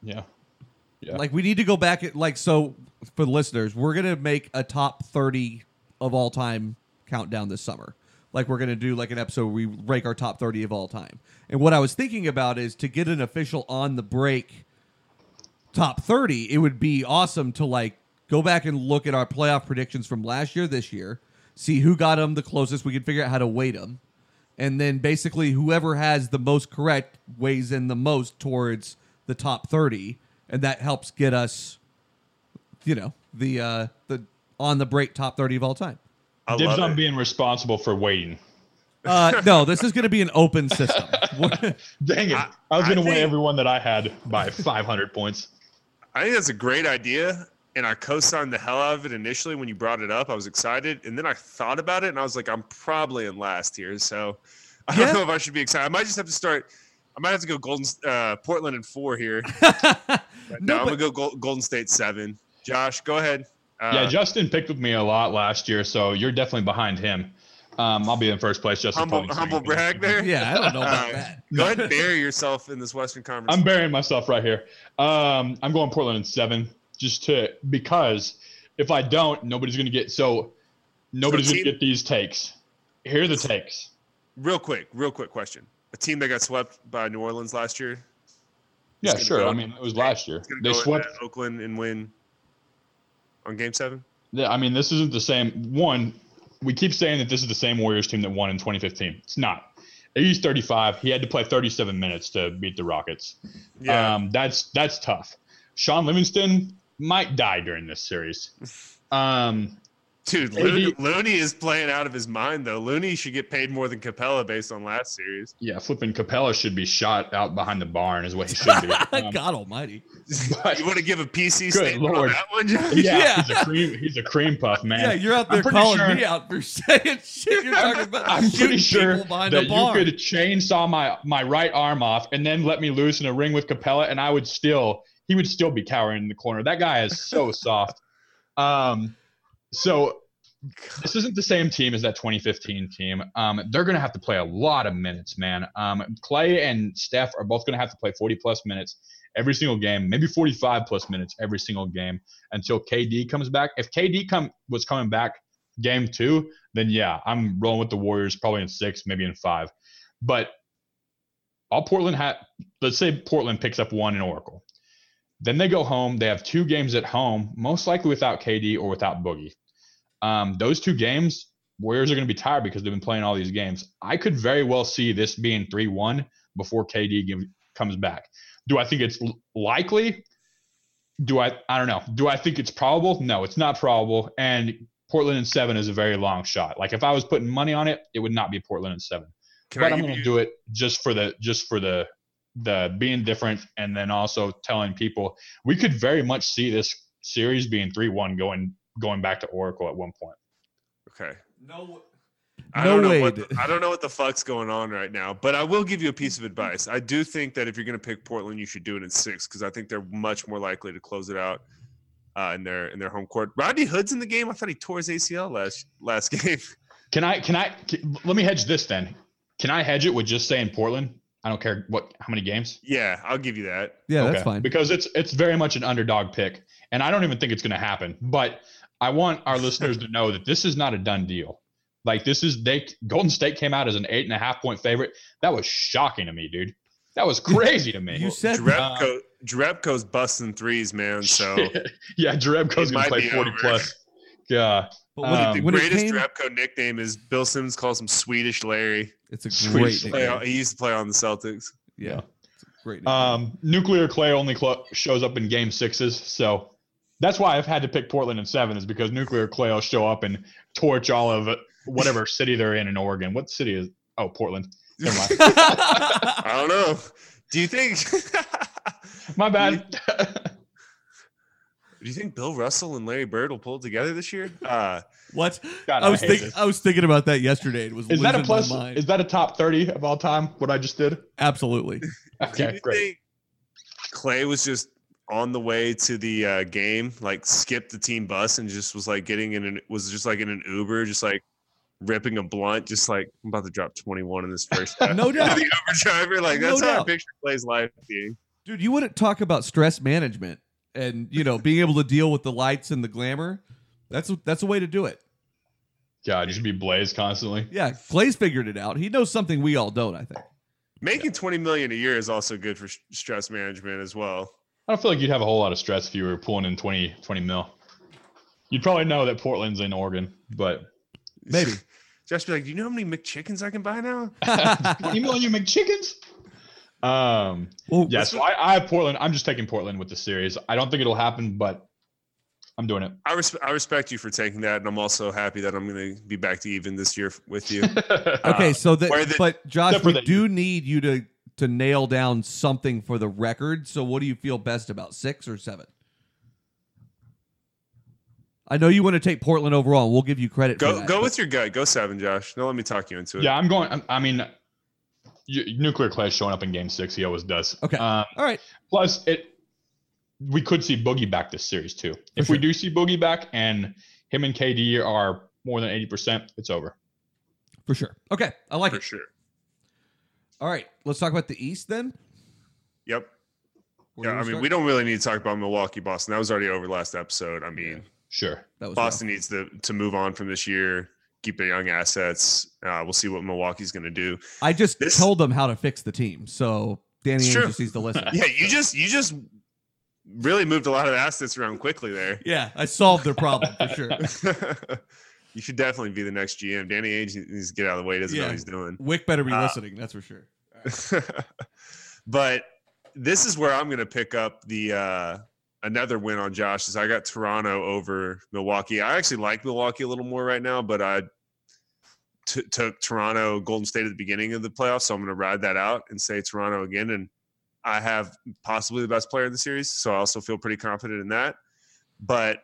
[SPEAKER 1] Yeah. Yeah.
[SPEAKER 2] Like we need to go back at like so for the listeners, we're gonna make a top thirty of all time countdown this summer. Like we're gonna do like an episode where we rank our top thirty of all time. And what I was thinking about is to get an official on the break top thirty, it would be awesome to like go back and look at our playoff predictions from last year, this year, see who got them the closest. We can figure out how to weight them, and then basically whoever has the most correct weighs in the most towards the top thirty, and that helps get us, you know, the uh the on the break top thirty of all time.
[SPEAKER 3] I
[SPEAKER 1] Dibs
[SPEAKER 3] love
[SPEAKER 1] on
[SPEAKER 3] it.
[SPEAKER 1] being responsible for waiting. *laughs*
[SPEAKER 2] Uh, no, this is going to be an open system. We're-
[SPEAKER 1] Dang it. I,
[SPEAKER 3] I-
[SPEAKER 1] was
[SPEAKER 3] I
[SPEAKER 1] going to win
[SPEAKER 3] think-
[SPEAKER 1] everyone that I had by *laughs* 500 points.
[SPEAKER 3] I think that's a great idea, and I co-signed the hell out of it initially when you brought it up. I was excited, and then I thought about it, and I was like, I'm probably in last here, so I
[SPEAKER 2] Yeah.
[SPEAKER 3] don't know if
[SPEAKER 1] *laughs*
[SPEAKER 3] I should be excited. I might just have to start. I might have to go Golden uh, Portland and four here. But
[SPEAKER 2] No,
[SPEAKER 3] no,
[SPEAKER 2] but-
[SPEAKER 3] I'm gonna go Gol- Golden State seven. Josh, go ahead. Uh,
[SPEAKER 1] yeah, Justin picked with me a lot last year, so you're definitely behind him. Um, I'll be in first place. Justin,
[SPEAKER 3] humble
[SPEAKER 1] probably
[SPEAKER 3] humble
[SPEAKER 1] second.
[SPEAKER 3] brag there.
[SPEAKER 2] Yeah, I don't know about
[SPEAKER 3] Uh,
[SPEAKER 2] that.
[SPEAKER 1] *laughs*
[SPEAKER 3] Go ahead and bury yourself in this Western Conference.
[SPEAKER 1] I'm burying myself right here. Um, I'm going Portland in seven, just to because if I don't, nobody's gonna get so nobody's
[SPEAKER 3] So
[SPEAKER 1] gonna
[SPEAKER 3] team-
[SPEAKER 1] get these takes. Here are the takes.
[SPEAKER 3] real quick, real quick question. A team that got swept by New Orleans last year.
[SPEAKER 1] Yeah,
[SPEAKER 3] gonna
[SPEAKER 1] sure.
[SPEAKER 3] go-
[SPEAKER 1] I mean, it was last year.
[SPEAKER 3] It's gonna
[SPEAKER 1] They
[SPEAKER 3] go
[SPEAKER 1] swept. Um,
[SPEAKER 3] into Oakland and win on Game Seven.
[SPEAKER 1] Yeah, I mean, this isn't the same. One, we keep saying that this is the same Warriors team that won in 2015. It's not. They used 35. He had to play 37 minutes to beat the Rockets.
[SPEAKER 3] Yeah,
[SPEAKER 1] Um, that's that's tough. Sean Livingston might die during this
[SPEAKER 2] *laughs*
[SPEAKER 1] series. Um,
[SPEAKER 3] dude,
[SPEAKER 1] AD
[SPEAKER 3] Looney, Looney is playing out of his mind though. Looney should get paid more than Capella based on last series.
[SPEAKER 1] yeah, flipping Capella should be shot out behind the barn is what he should
[SPEAKER 2] *laughs*
[SPEAKER 1] be. Um,
[SPEAKER 2] God Almighty.
[SPEAKER 1] *laughs* but-
[SPEAKER 3] You want to give a PC
[SPEAKER 1] Good
[SPEAKER 3] statement on
[SPEAKER 1] lord.
[SPEAKER 3] that one, Josh?
[SPEAKER 1] yeah,
[SPEAKER 2] Yeah.
[SPEAKER 1] he's a cream. He's a cream puff man.
[SPEAKER 2] Yeah, you're out
[SPEAKER 1] I'm
[SPEAKER 2] there
[SPEAKER 1] pretty
[SPEAKER 2] calling
[SPEAKER 1] sure-
[SPEAKER 2] me out for *laughs* saying shit. You're talking about
[SPEAKER 1] I'm pretty
[SPEAKER 2] shooting
[SPEAKER 1] sure
[SPEAKER 2] people behind
[SPEAKER 1] that
[SPEAKER 2] a
[SPEAKER 1] you
[SPEAKER 2] bar.
[SPEAKER 1] could chainsaw my my right arm off and then let me loose in a ring with Capella, and I would still he would still be cowering in the corner. That guy is
[SPEAKER 2] *laughs*
[SPEAKER 1] so soft. Um, so this isn't the same team as that 2015 team. Um, they're gonna have to play a lot of minutes, man. Um, Clay and Steph are both gonna have to play 40 plus minutes every single game, maybe 45 plus minutes every single game until KD comes back. If KD come was coming back game two, then yeah, I'm rolling with the Warriors probably in six, maybe in five. But all Portland had, let's say Portland picks up one in Oracle. Then they go home. They have two games at home, most likely without KD or without Boogie. Um, those two games, Warriors are going to be tired because they've been playing all these games. I could very well see this being 3 1 before KD give, comes back. Do I think it's l- likely? Do I? I don't know. Do I think it's probable? No, it's not probable. And Portland and seven is a very long shot. Like if I was putting money on it, it would not be Portland and seven.
[SPEAKER 3] Can
[SPEAKER 1] but
[SPEAKER 3] I
[SPEAKER 1] I'm
[SPEAKER 3] give
[SPEAKER 1] going to
[SPEAKER 3] you-
[SPEAKER 1] do it just for the just for the the being different, and then also telling people we could very much see this series being three one going going back to Oracle at one point.
[SPEAKER 3] Okay.
[SPEAKER 2] no,
[SPEAKER 3] I
[SPEAKER 2] No
[SPEAKER 3] don't know
[SPEAKER 2] way,
[SPEAKER 3] What
[SPEAKER 2] dude.
[SPEAKER 3] the- I don't know what the fuck's going on right now, but I will give you a piece of advice. I do think that if you're going to pick Portland, you should do it in six because I think they're much more likely to close it out uh, in their in their home court. Rodney Hood's in the game. I thought he tore his ACL last last *laughs* game.
[SPEAKER 1] Can I? Can I? Can, let me hedge this then. Can I hedge it with just saying Portland? I don't care what how many games.
[SPEAKER 3] yeah, I'll give you that.
[SPEAKER 2] yeah,
[SPEAKER 1] Okay.
[SPEAKER 2] that's fine.
[SPEAKER 1] because it's it's very much an underdog pick, and I don't even think it's going to happen. But I want our listeners to know that this is not a done deal. Like this is they Golden State came out as an eight and a half point favorite. That was shocking to me, dude. That
[SPEAKER 2] *laughs*
[SPEAKER 1] was crazy to me.
[SPEAKER 2] You said
[SPEAKER 3] Drepko Drepko's busting threes, man. So
[SPEAKER 1] *laughs* yeah, Jarebko's going
[SPEAKER 3] It might
[SPEAKER 1] to play
[SPEAKER 3] be
[SPEAKER 1] forty
[SPEAKER 3] over.
[SPEAKER 1] plus. Yeah,
[SPEAKER 2] but
[SPEAKER 1] um,
[SPEAKER 2] when,
[SPEAKER 3] the
[SPEAKER 2] it, when it
[SPEAKER 3] greatest
[SPEAKER 2] came,
[SPEAKER 3] Drepko nickname is Bill Simmons calls him Swedish Larry.
[SPEAKER 2] it's a
[SPEAKER 1] Sweet
[SPEAKER 2] great
[SPEAKER 1] slap.
[SPEAKER 3] Play
[SPEAKER 2] nickname.
[SPEAKER 3] on- he used to play on the Celtics.
[SPEAKER 2] Yeah, it's a great.
[SPEAKER 1] *laughs*
[SPEAKER 2] nickname.
[SPEAKER 1] um, nuclear clay only clo- shows up in game sixes, so that's why I've had to pick Portland in seven is because nuclear clay will show up and torch all of whatever city they're in in Oregon. What city is? Oh, Portland. Never
[SPEAKER 2] *laughs*
[SPEAKER 1] mind.
[SPEAKER 3] I don't know. Do you think? *laughs*
[SPEAKER 1] My bad.
[SPEAKER 3] Do you think Bill Russell and Larry Bird will pull together
[SPEAKER 2] *laughs*
[SPEAKER 3] this year? Uh,
[SPEAKER 2] what?
[SPEAKER 1] God,
[SPEAKER 2] I was
[SPEAKER 1] hate
[SPEAKER 2] thinking.
[SPEAKER 1] this.
[SPEAKER 2] I was thinking about that yesterday. It was
[SPEAKER 1] Is that a
[SPEAKER 2] losing
[SPEAKER 1] plus?
[SPEAKER 2] My mind.
[SPEAKER 1] Is that a top thirty of all time? What I just did?
[SPEAKER 2] Absolutely.
[SPEAKER 3] do
[SPEAKER 1] Okay,
[SPEAKER 3] you
[SPEAKER 1] great.
[SPEAKER 3] think Clay was just on the way to the uh, game, like skipped the team bus and just was like getting in an was just like in an Uber, just like ripping a blunt, just like I'm about to drop 21 in this
[SPEAKER 2] *laughs*
[SPEAKER 3] first. half." *laughs*
[SPEAKER 2] No
[SPEAKER 3] the
[SPEAKER 2] doubt.
[SPEAKER 3] Uber driver, like
[SPEAKER 2] No
[SPEAKER 3] that's how I
[SPEAKER 2] doubt.
[SPEAKER 3] picture Clay's life being.
[SPEAKER 2] Dude, you wouldn't talk about stress management and you know being able to deal with the lights and the glamour. That's that's a way to do it.
[SPEAKER 1] God, you should be blazed constantly.
[SPEAKER 2] Yeah, Clay's figured it out. He knows something we all don't. I think.
[SPEAKER 3] Making 20 million a year is also good for s- stress management as well.
[SPEAKER 1] I don't feel like you'd have a whole lot of stress if you were pulling in 20, 20 mil. You'd probably know that Portland's in Oregon, but
[SPEAKER 2] Maybe.
[SPEAKER 3] *laughs* Just be like, do you know how many McChickens I can buy now?
[SPEAKER 1] twenty million McChickens. Um.
[SPEAKER 2] *laughs* well,
[SPEAKER 1] Yeah. So I, I have Portland. I'm just taking Portland with the series. I don't think it'll happen, but I'm doing
[SPEAKER 3] *laughs*
[SPEAKER 1] it.
[SPEAKER 3] I, res- I respect you for taking that, and I'm also happy that I'm going to be back to even this year f-
[SPEAKER 1] *laughs*
[SPEAKER 3] with you.
[SPEAKER 2] Okay, so
[SPEAKER 3] Uh, where
[SPEAKER 2] that
[SPEAKER 3] the-
[SPEAKER 2] but Josh,
[SPEAKER 1] except for
[SPEAKER 2] we
[SPEAKER 1] that-
[SPEAKER 2] do need you to to nail down something for the record. So what do you feel best about six or seven? I know you want to take Portland overall. And we'll give you credit. for
[SPEAKER 3] Go
[SPEAKER 2] that,
[SPEAKER 3] go
[SPEAKER 2] but-
[SPEAKER 3] with your gut. Go seven, Josh. Don't let me talk you into it.
[SPEAKER 1] yeah, I'm going. I, I mean, you, nuclear clay showing up in Game Six. He always does.
[SPEAKER 2] Okay.
[SPEAKER 1] Um,
[SPEAKER 2] All right.
[SPEAKER 1] Plus, it we could see Boogie back this series too. If we do see Boogie back and him and KD are more than 80%, it's over.
[SPEAKER 2] For sure. Okay. I like
[SPEAKER 3] for
[SPEAKER 2] it.
[SPEAKER 3] sure.
[SPEAKER 2] All right. Let's talk about the East then.
[SPEAKER 3] Yep.
[SPEAKER 2] Where
[SPEAKER 3] Yeah,
[SPEAKER 2] do
[SPEAKER 3] I mean,
[SPEAKER 2] start?
[SPEAKER 3] we don't really need to talk about Milwaukee, Boston. That was already over last episode. I mean,
[SPEAKER 1] Sure.
[SPEAKER 2] That was
[SPEAKER 3] Boston needs to to move on from this year. Keep their young assets. Uh, we'll see what Milwaukee's going to do.
[SPEAKER 2] rough. I just
[SPEAKER 3] this-
[SPEAKER 2] told them how to fix the team. So Danny
[SPEAKER 3] It's
[SPEAKER 2] Ainge
[SPEAKER 3] true.
[SPEAKER 2] just needs to listen.
[SPEAKER 3] *laughs* Yeah, you just you just really moved a lot of assets around quickly there.
[SPEAKER 2] yeah. I solved their problem for
[SPEAKER 3] *laughs*
[SPEAKER 2] sure.
[SPEAKER 3] you should definitely be the next GM. Danny Ainge needs to get out of the way. He doesn't know
[SPEAKER 2] Yeah.
[SPEAKER 3] what he's doing.
[SPEAKER 2] Wick better be
[SPEAKER 3] Uh,
[SPEAKER 2] listening. That's for sure.
[SPEAKER 3] *laughs* but this is where I'm going to pick up the uh, another win on Josh. Is I got Toronto over Milwaukee. I actually like Milwaukee a little more right now, but I t- took Toronto Golden State at the beginning of the playoffs, so I'm going to ride that out and say Toronto again. And I have possibly the best player in the series, so I also feel pretty confident in that. But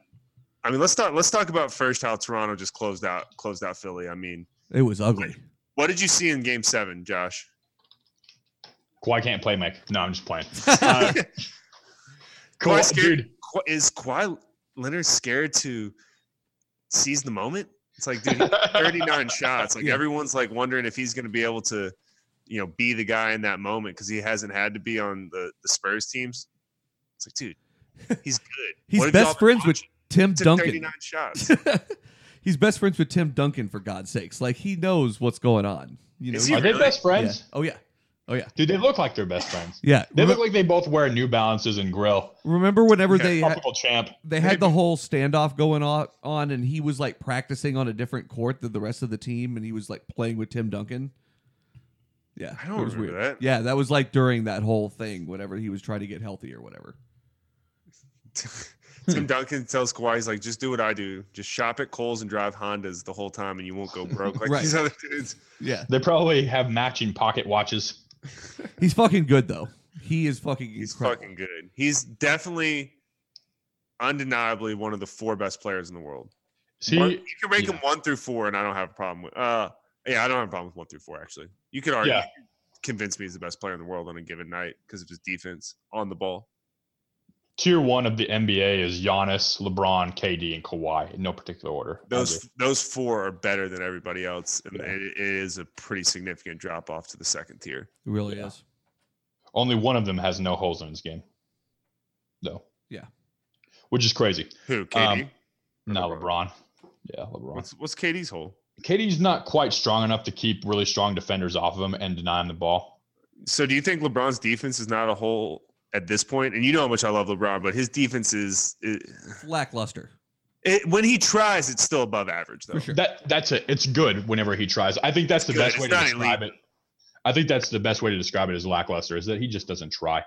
[SPEAKER 3] I mean, let's talk. Let's talk about first how Toronto just closed out closed out Philly. I mean,
[SPEAKER 2] It was ugly.
[SPEAKER 3] what did you see in Game Seven, Josh?
[SPEAKER 1] Kawhi can't play, Mike. No, I'm just
[SPEAKER 2] *laughs*
[SPEAKER 1] playing.
[SPEAKER 3] Uh,
[SPEAKER 1] Kawhi,
[SPEAKER 3] Kawhi scared-
[SPEAKER 1] dude,
[SPEAKER 3] Kawhi- is Kawhi Leonard scared to seize the moment? It's
[SPEAKER 2] *laughs*
[SPEAKER 3] like, *laughs* dude, he had 39 shots. Like
[SPEAKER 2] Yeah.
[SPEAKER 3] everyone's like wondering if he's going to be able to, you know, be the guy in that moment because he hasn't had to be on the, the Spurs teams. It's
[SPEAKER 2] *laughs*
[SPEAKER 3] like, dude, he's good.
[SPEAKER 2] He's
[SPEAKER 3] What have y'all
[SPEAKER 2] best
[SPEAKER 3] been
[SPEAKER 2] friends with
[SPEAKER 3] watching?
[SPEAKER 2] Tim
[SPEAKER 3] He took
[SPEAKER 2] Duncan.
[SPEAKER 3] 39
[SPEAKER 2] *laughs*
[SPEAKER 3] shots.
[SPEAKER 2] He's best friends with Tim Duncan for God's sakes. Like he knows what's going on. You know.
[SPEAKER 3] Is he
[SPEAKER 1] are they
[SPEAKER 3] really?
[SPEAKER 1] best friends?
[SPEAKER 2] Yeah. Oh yeah. Oh yeah.
[SPEAKER 1] Dude, they look like they're best friends.
[SPEAKER 2] Yeah.
[SPEAKER 1] They
[SPEAKER 2] Re-
[SPEAKER 1] look like they both wear New Balances and grill.
[SPEAKER 2] remember whenever
[SPEAKER 3] Yeah.
[SPEAKER 2] they had,
[SPEAKER 1] Tropical champ.
[SPEAKER 2] they had the whole standoff going on, on and he was like practicing on a different court than the rest of the team and he was like playing with Tim Duncan. Yeah.
[SPEAKER 3] I don't
[SPEAKER 2] it was
[SPEAKER 3] remember
[SPEAKER 2] weird.
[SPEAKER 3] that. *laughs*
[SPEAKER 2] Yeah, that was like during that whole thing whenever he was trying to get healthy or whatever.
[SPEAKER 3] Tim Duncan tells Kawhi, he's like, just do what I do. Just shop at Kohl's and drive Hondas the whole time and you won't go broke
[SPEAKER 2] *laughs*
[SPEAKER 3] like
[SPEAKER 2] Right.
[SPEAKER 3] these other dudes.
[SPEAKER 2] Yeah.
[SPEAKER 1] They probably have matching pocket watches.
[SPEAKER 2] *laughs* He's fucking good though. He is fucking
[SPEAKER 3] He's
[SPEAKER 2] incredible.
[SPEAKER 3] fucking good. He's definitely undeniably one of the four best players in the world.
[SPEAKER 1] See,
[SPEAKER 3] One- you can rank
[SPEAKER 1] yeah.
[SPEAKER 3] him one through four, and I don't have a problem with. Uh, yeah, I don't have a problem with one through four. Actually, you could argue,
[SPEAKER 1] Yeah.
[SPEAKER 3] you could convince me he's the best player in the world on a given night because of his defense on the ball.
[SPEAKER 1] tier one of the NBA is Giannis, LeBron, KD, and Kawhi in no particular order.
[SPEAKER 3] Those those four are better than everybody else, and
[SPEAKER 1] Yeah.
[SPEAKER 3] it, it is a pretty significant drop off to the second tier.
[SPEAKER 2] It really
[SPEAKER 1] Yeah.
[SPEAKER 2] is.
[SPEAKER 1] Only one of them has no holes in his game, though.
[SPEAKER 2] Yeah.
[SPEAKER 1] Which is crazy.
[SPEAKER 3] Who KD?
[SPEAKER 1] Um, Not
[SPEAKER 3] LeBron.
[SPEAKER 1] LeBron. Yeah, LeBron.
[SPEAKER 3] what's what's KD's hole?
[SPEAKER 1] KD's not quite strong enough to keep really strong defenders off of him and deny him the ball.
[SPEAKER 3] So do you think LeBron's defense is not a hole at this point? And you know how much I love LeBron, but his defense is. is
[SPEAKER 2] It's lackluster.
[SPEAKER 3] It, when he tries, it's still above average, though.
[SPEAKER 2] For sure.
[SPEAKER 1] That that's it. It's good whenever he tries. I think that's the
[SPEAKER 3] It's
[SPEAKER 1] best
[SPEAKER 3] good.
[SPEAKER 1] way
[SPEAKER 3] It's
[SPEAKER 1] to
[SPEAKER 3] not
[SPEAKER 1] describe it. I think that's the best way to describe it is lackluster. Is that he just doesn't try.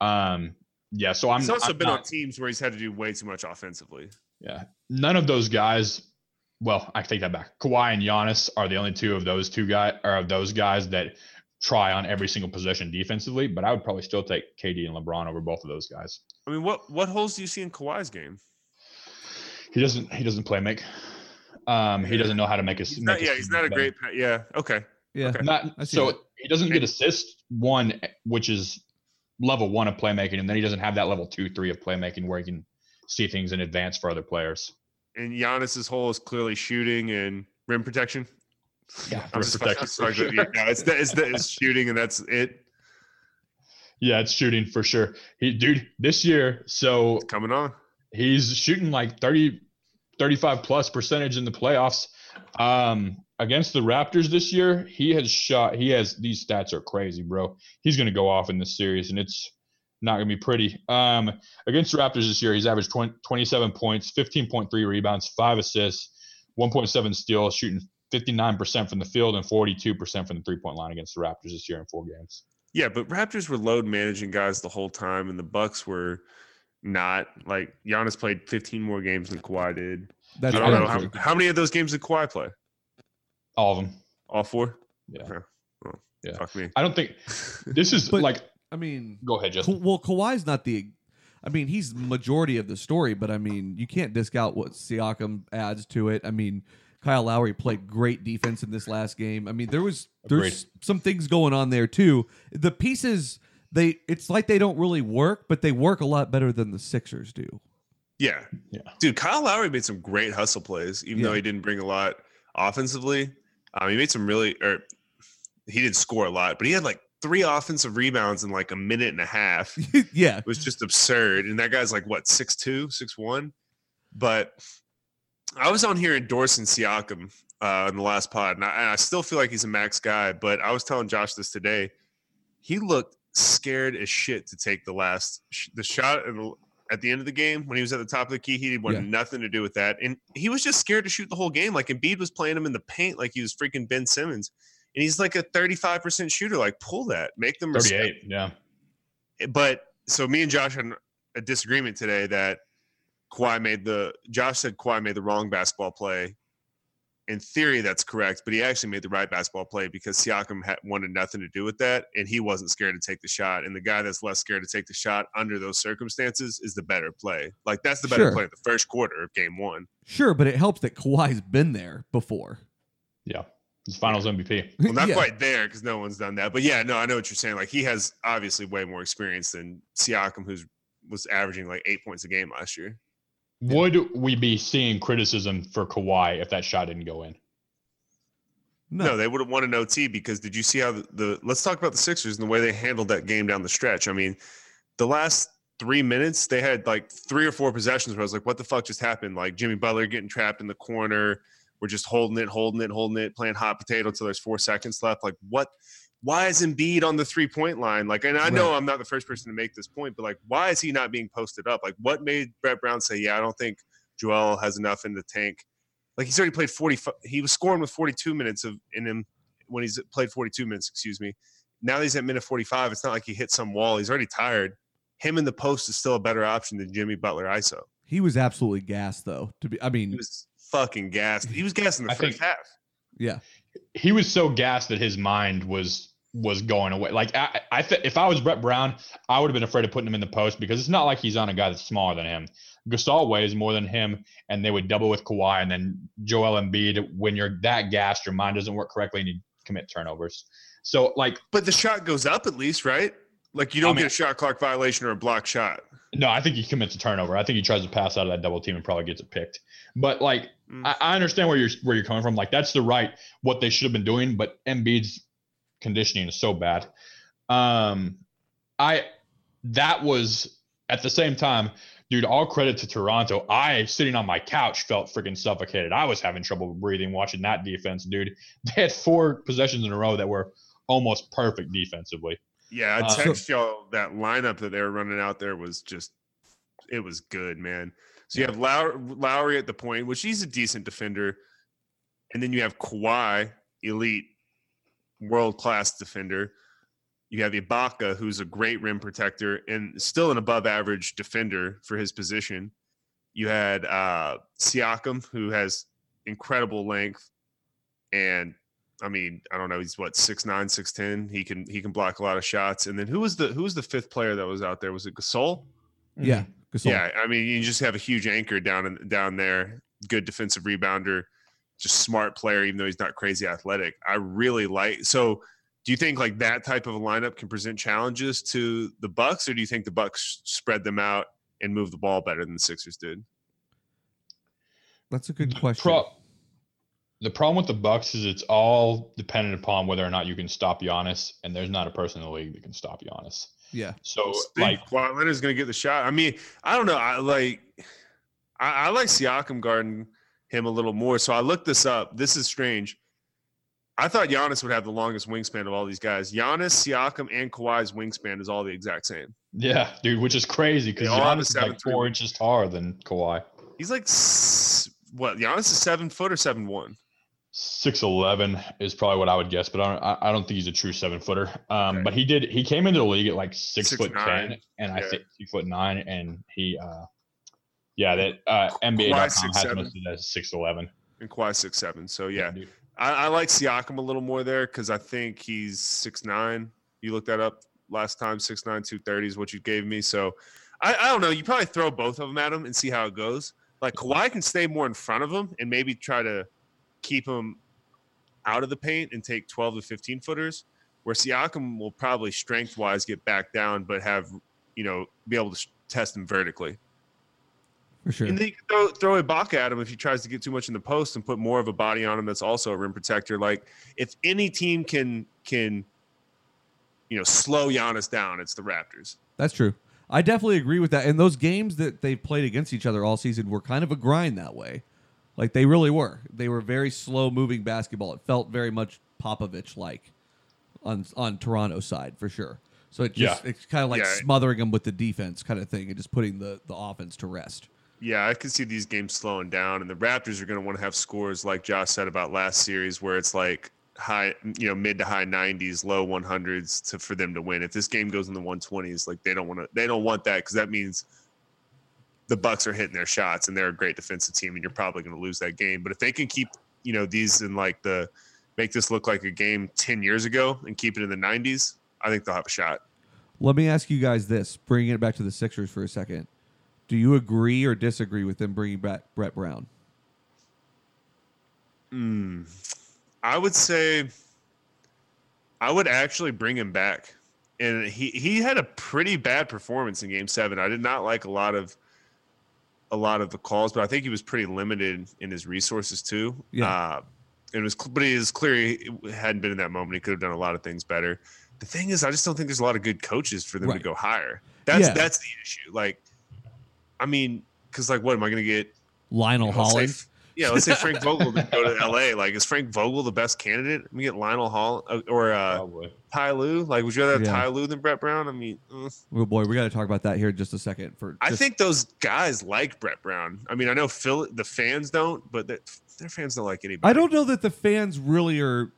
[SPEAKER 1] Um. Yeah. So I'm.
[SPEAKER 3] He's also
[SPEAKER 1] I'm
[SPEAKER 3] been
[SPEAKER 1] not-
[SPEAKER 3] on teams where he's had to do way too much offensively.
[SPEAKER 1] Yeah. None of those guys. Well, I take that back. Kawhi and Giannis are the only two of those two guys or of those guys that try on every single possession defensively. But I would probably still take KD and LeBron over both of those guys.
[SPEAKER 3] I mean, what what holes do you see in Kawhi's game?
[SPEAKER 1] He doesn't. He doesn't play make. Um. He doesn't know how to make his.
[SPEAKER 3] He's not,
[SPEAKER 1] make his
[SPEAKER 3] yeah, he's not a
[SPEAKER 1] better.
[SPEAKER 3] great. pa- Yeah, okay.
[SPEAKER 2] Yeah.
[SPEAKER 3] Okay.
[SPEAKER 1] Not
[SPEAKER 2] I see
[SPEAKER 1] so
[SPEAKER 2] that.
[SPEAKER 1] he doesn't get assists one, which is level one of playmaking, and then he doesn't have that level two, three of playmaking where he can see things in advance for other players.
[SPEAKER 3] And Giannis's hole is clearly shooting and rim protection.
[SPEAKER 1] Yeah,
[SPEAKER 3] I'm
[SPEAKER 1] rim
[SPEAKER 3] just
[SPEAKER 1] protection.
[SPEAKER 3] fucking sorry, but yeah, no, it's, the, it's, the, it's shooting, and that's it.
[SPEAKER 1] *laughs* Yeah, it's shooting for sure. He, dude, this year, so
[SPEAKER 3] It's coming on.
[SPEAKER 1] he's shooting like 30 35 plus percentage in the playoffs um against the raptors this year he has shot he has these stats are crazy bro he's going to go off in this series and it's not going to be pretty um against the raptors this year he's averaged 20, 27 points 15.3 rebounds 5 assists 1.7 steals shooting 59% from the field and 42% from the three point line against the raptors this year in four games
[SPEAKER 3] Yeah, but Raptors were load managing guys the whole time, and the Bucks were not. Like Giannis played 15 more games than Kawhi did.
[SPEAKER 2] That's
[SPEAKER 3] I don't know
[SPEAKER 2] very
[SPEAKER 3] how,
[SPEAKER 2] true.
[SPEAKER 3] how many of those games did Kawhi play.
[SPEAKER 1] all of them
[SPEAKER 3] All four.
[SPEAKER 1] Yeah.
[SPEAKER 3] Okay. Well,
[SPEAKER 1] Yeah.
[SPEAKER 3] Fuck me. *laughs*
[SPEAKER 1] i don't think this is
[SPEAKER 2] But-
[SPEAKER 1] like
[SPEAKER 2] I mean,
[SPEAKER 1] go ahead
[SPEAKER 2] Ka-
[SPEAKER 1] justin
[SPEAKER 2] well, Kawhi's not the. I mean, he's majority of the story, but I mean, you can't discount what Siakam adds to it. I mean, Kyle Lowry played great defense in this last game. I mean, there was there's
[SPEAKER 1] Agreed.
[SPEAKER 2] some things going on there too. The pieces they it's like they don't really work, but they work a lot better than the Sixers do. *laughs*
[SPEAKER 3] Yeah.
[SPEAKER 1] Yeah.
[SPEAKER 3] Dude, Kyle Lowry made some great hustle plays, even though
[SPEAKER 2] Yeah.
[SPEAKER 3] he didn't bring a lot offensively. Um, he made some really, or he didn't score a lot, but he had like three offensive rebounds in like a minute and a half. It
[SPEAKER 2] yeah,
[SPEAKER 3] was just absurd. And that guy's like, what, 6'2, 6'1? But I was on here endorsing Siakam uh, in the last pod, and I, and I still feel like he's a max guy, but I was telling Josh this today. He looked scared as shit to take the last sh- the shot in the, at the end of the game when he was at the top of the key. He wanted
[SPEAKER 2] Yeah.
[SPEAKER 3] nothing to do with that, and he was just scared to shoot the whole game. Like Embiid was playing him in the paint like he was freaking Ben Simmons, and he's like a thirty-five percent shooter. Like pull that, make them respect
[SPEAKER 1] 38. Yeah.
[SPEAKER 3] but so me and Josh had a disagreement today that Kawhi made the Josh said Kawhi made the wrong basketball play. In theory, that's correct, but he actually made the right basketball play because Siakam had, wanted nothing to do with that, and he wasn't scared to take the shot. And the guy that's less scared to take the shot under those circumstances is the better play. Like that's the better
[SPEAKER 2] Sure.
[SPEAKER 3] play of the first quarter of game
[SPEAKER 2] *laughs*
[SPEAKER 3] one.
[SPEAKER 2] sure, but it helps that Kawhi's been there before.
[SPEAKER 1] Yeah. He's finals MVP.
[SPEAKER 3] Well, not
[SPEAKER 2] Yeah.
[SPEAKER 3] quite there because no one's done that, but yeah, no, I know what you're saying. Like he has obviously way more experience than Siakam, who's was averaging like eight points a game last year.
[SPEAKER 1] Would we be seeing criticism for Kawhi if that shot didn't go in?
[SPEAKER 2] No,
[SPEAKER 3] No, they would have won an OT because did you see how the, the let's talk about the Sixers and the way they handled that game down the stretch. I mean, the last three minutes they had like three or four possessions where I was like, what the fuck just happened? Like Jimmy Butler getting trapped in the corner. We're just holding it, holding it, holding it, playing hot potato until there's four seconds left. Like what why is Embiid on the three point line? Like, and I know I'm not the first person to make this point, but like, why is he not being posted up? Like, what made Brett Brown say, Yeah, I don't think Joel has enough in the tank? like he's already played 40 he was scoring with 42 minutes of in him when he's played 42 minutes excuse me now that he's at minute 45 it's not like he hit some wall he's already tired him in the post is still a better option than jimmy butler iso
[SPEAKER 2] he was absolutely gassed though. To be, I
[SPEAKER 3] he
[SPEAKER 2] mean,
[SPEAKER 3] was fucking gassed he was gassed in the
[SPEAKER 1] I
[SPEAKER 3] first
[SPEAKER 1] think-
[SPEAKER 3] half
[SPEAKER 2] yeah,
[SPEAKER 1] he was so gassed that his mind was was going away. Like I, I th- if I was Brett Brown, I would have been afraid of putting him in the post because it's not like he's on a guy that's smaller than him. Gasol weighs more than him, and they would double with Kawhi, and then Joel Embiid. When you're that gassed, your mind doesn't work correctly, and you commit turnovers. So like,
[SPEAKER 3] but the shot goes up at least right like you don't
[SPEAKER 1] I mean-
[SPEAKER 3] get a shot clock violation or a block shot
[SPEAKER 1] no, I think he commits a turnover. I think he tries to pass out of that double team and probably gets it picked. But like,
[SPEAKER 3] Mm.
[SPEAKER 1] I, I understand where you're where you're coming from. Like that's the right what they should have been doing, but Embiid's conditioning is so bad. Um, I that was at the same time, dude. All credit to Toronto. I sitting on my couch felt freaking suffocated. I was having trouble breathing watching that defense, dude. *laughs* They had four possessions in a row that were almost perfect defensively.
[SPEAKER 3] yeah i
[SPEAKER 1] Uh,
[SPEAKER 3] text y'all that lineup that they were running out there was just it was good man so you have Lowry, Lowry at the point, which he's a decent defender, and then you have Kawhi, elite, world class defender. You have Ibaka, who's a great rim protector and still an above average defender for his position. You had uh, Siakam, who has incredible length, and I mean, I don't know, he's what six nine, six ten. He can he can block a lot of shots. And then who was the who was the fifth player that was out there? Was it Gasol?
[SPEAKER 2] yeah. Gasol.
[SPEAKER 3] Mm-hmm. Yeah, I mean, you just have a huge anchor down in, down there. Good defensive rebounder, just smart player, even though he's not crazy athletic. I really like. So, do you think like that type of a lineup can present challenges to the Bucks, or do you think the Bucks spread them out and move the ball better than the Sixers did?
[SPEAKER 2] that's a good question.
[SPEAKER 1] Pro- the problem with the Bucks is it's all dependent upon whether or not you can stop Giannis, and there's not a person in the league that can stop Giannis.
[SPEAKER 2] yeah,
[SPEAKER 1] So like
[SPEAKER 3] Like Kawhi Leonard's going to get the shot. I mean, I don't know. I like, I, I like Siakam guarding him a little more. So I looked this up. This is strange. I thought Giannis would have the longest wingspan of all these guys. Giannis, Siakam, and Kawhi's wingspan is all the exact same.
[SPEAKER 1] Yeah, dude, which is crazy because
[SPEAKER 3] They all have a
[SPEAKER 1] Giannis is like
[SPEAKER 3] 7'3".
[SPEAKER 1] four inches taller than Kawhi,
[SPEAKER 3] He's like s- what? Giannis is seven foot or seven one.
[SPEAKER 1] six eleven is probably what I would guess, but I don't, I- I don't think he's a true seven footer. Um,
[SPEAKER 3] Okay.
[SPEAKER 1] but he did he came into the league at like six,
[SPEAKER 3] Six
[SPEAKER 1] foot
[SPEAKER 3] nine,
[SPEAKER 1] ten, and I
[SPEAKER 3] yeah.
[SPEAKER 1] think six foot nine, and he, uh, yeah, that uh,
[SPEAKER 3] Kawhi
[SPEAKER 1] NBA
[SPEAKER 3] six
[SPEAKER 1] has him
[SPEAKER 3] seven.
[SPEAKER 1] listed as six eleven.
[SPEAKER 3] And Kawhi's six seven. So yeah,
[SPEAKER 1] dude.
[SPEAKER 3] I, I like Siakam a little more there because I think he's six nine. You looked that up last time. Six nine, two thirty is what you gave me. So I, I don't know. You probably throw both of them at him and see how it goes. Like Kawhi can stay more in front of him and maybe try to keep him out of the paint and take twelve to fifteen footers. where Siakam will probably strength wise get back down, but have you know be able to sh- test him vertically.
[SPEAKER 2] For sure.
[SPEAKER 3] And then you can throw throw Ibaka at him if he tries to get too much in the post and put more of a body on him. That's also a rim protector. Like if any team can can you know slow Giannis down, it's the Raptors.
[SPEAKER 2] That's true. I definitely agree with that. And those games that they played against each other all season were kind of a grind that way. Like they really were. They were very slow moving basketball. It felt very much Popovich like on on Toronto's side for sure. So it just
[SPEAKER 1] Yeah.
[SPEAKER 2] it's kind of like
[SPEAKER 3] Yeah.
[SPEAKER 2] smothering them with the defense kind of thing and just putting the the offense to rest.
[SPEAKER 3] Yeah, I could see these games slowing down, and the Raptors are going to want to have scores like Josh said about last series, where it's like high, you know, mid to high 90s, low 100s to for them to win. If this game goes in the 120s, like they don't want to, they don't want that because that means the Bucks are hitting their shots and they're a great defensive team, and you're probably going to lose that game. But if they can keep, you know, these in like the make this look like a game 10 years ago and keep it in the 90s, I think they'll have a shot.
[SPEAKER 2] Let me ask you guys this, bringing it back to the Sixers for a second. Do you agree or disagree with them bringing back Brett Brown?
[SPEAKER 3] Mm. I would say I would actually bring him back. And he, he had a pretty bad performance in game seven. I did not like a lot of a lot of the calls, but I think he was pretty limited in his resources too.
[SPEAKER 2] Yeah.
[SPEAKER 3] Uh, it was cl- but it is clear he hadn't been in that moment. He could have done a lot of things better. The thing is, I just don't think there's a lot of good coaches for them
[SPEAKER 2] Right.
[SPEAKER 3] to go higher. That's
[SPEAKER 2] Yeah.
[SPEAKER 3] that's the issue. Like, I mean, because like, what am I going to get?
[SPEAKER 2] Lionel
[SPEAKER 3] Let's say-
[SPEAKER 2] Holland.
[SPEAKER 3] yeah, let's say Frank Vogel didn't go to L.A. *laughs* Like, is Frank Vogel the best candidate? We get Lionel Hall uh, or uh,
[SPEAKER 1] Probably.
[SPEAKER 3] Ty Lue. Like, would you rather have
[SPEAKER 2] Yeah.
[SPEAKER 3] Ty Lue than Brett Brown? I mean, mm.
[SPEAKER 2] Oh boy, we got to talk about that here in just a second. For
[SPEAKER 3] I
[SPEAKER 2] just-
[SPEAKER 3] think those guys like Brett Brown. I mean, I know Phil, the fans don't, but that their fans don't like anybody.
[SPEAKER 2] I don't know that the fans really are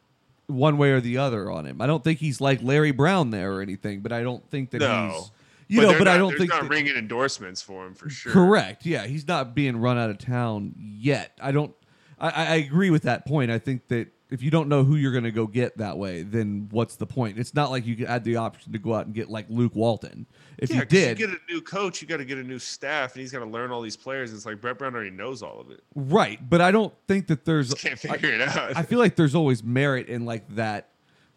[SPEAKER 2] one way or the other on him. I don't think he's like Larry Brown there or anything, but I don't think that
[SPEAKER 3] No.
[SPEAKER 2] he's you know.
[SPEAKER 3] they're
[SPEAKER 2] But I
[SPEAKER 3] not-
[SPEAKER 2] don't
[SPEAKER 3] there's
[SPEAKER 2] think
[SPEAKER 3] not
[SPEAKER 2] that-
[SPEAKER 3] ringing endorsements for him for sure.
[SPEAKER 2] correct. Yeah, he's not being run out of town yet. I don't. I, I I agree with that point. I think that if you don't know who you're going to go get that way, then what's the point? It's not like you had the option to go out and get like Luke Walton. If
[SPEAKER 3] Yeah,
[SPEAKER 2] you
[SPEAKER 3] 'cause you
[SPEAKER 2] did,
[SPEAKER 3] get a new coach, you got to get a new staff, and he's got to learn all these players. And it's like Brett Brown already knows all of it.
[SPEAKER 2] right? But I don't think that there's
[SPEAKER 3] Just can't
[SPEAKER 2] I-
[SPEAKER 3] figure it out.
[SPEAKER 2] I feel like there's always merit in like that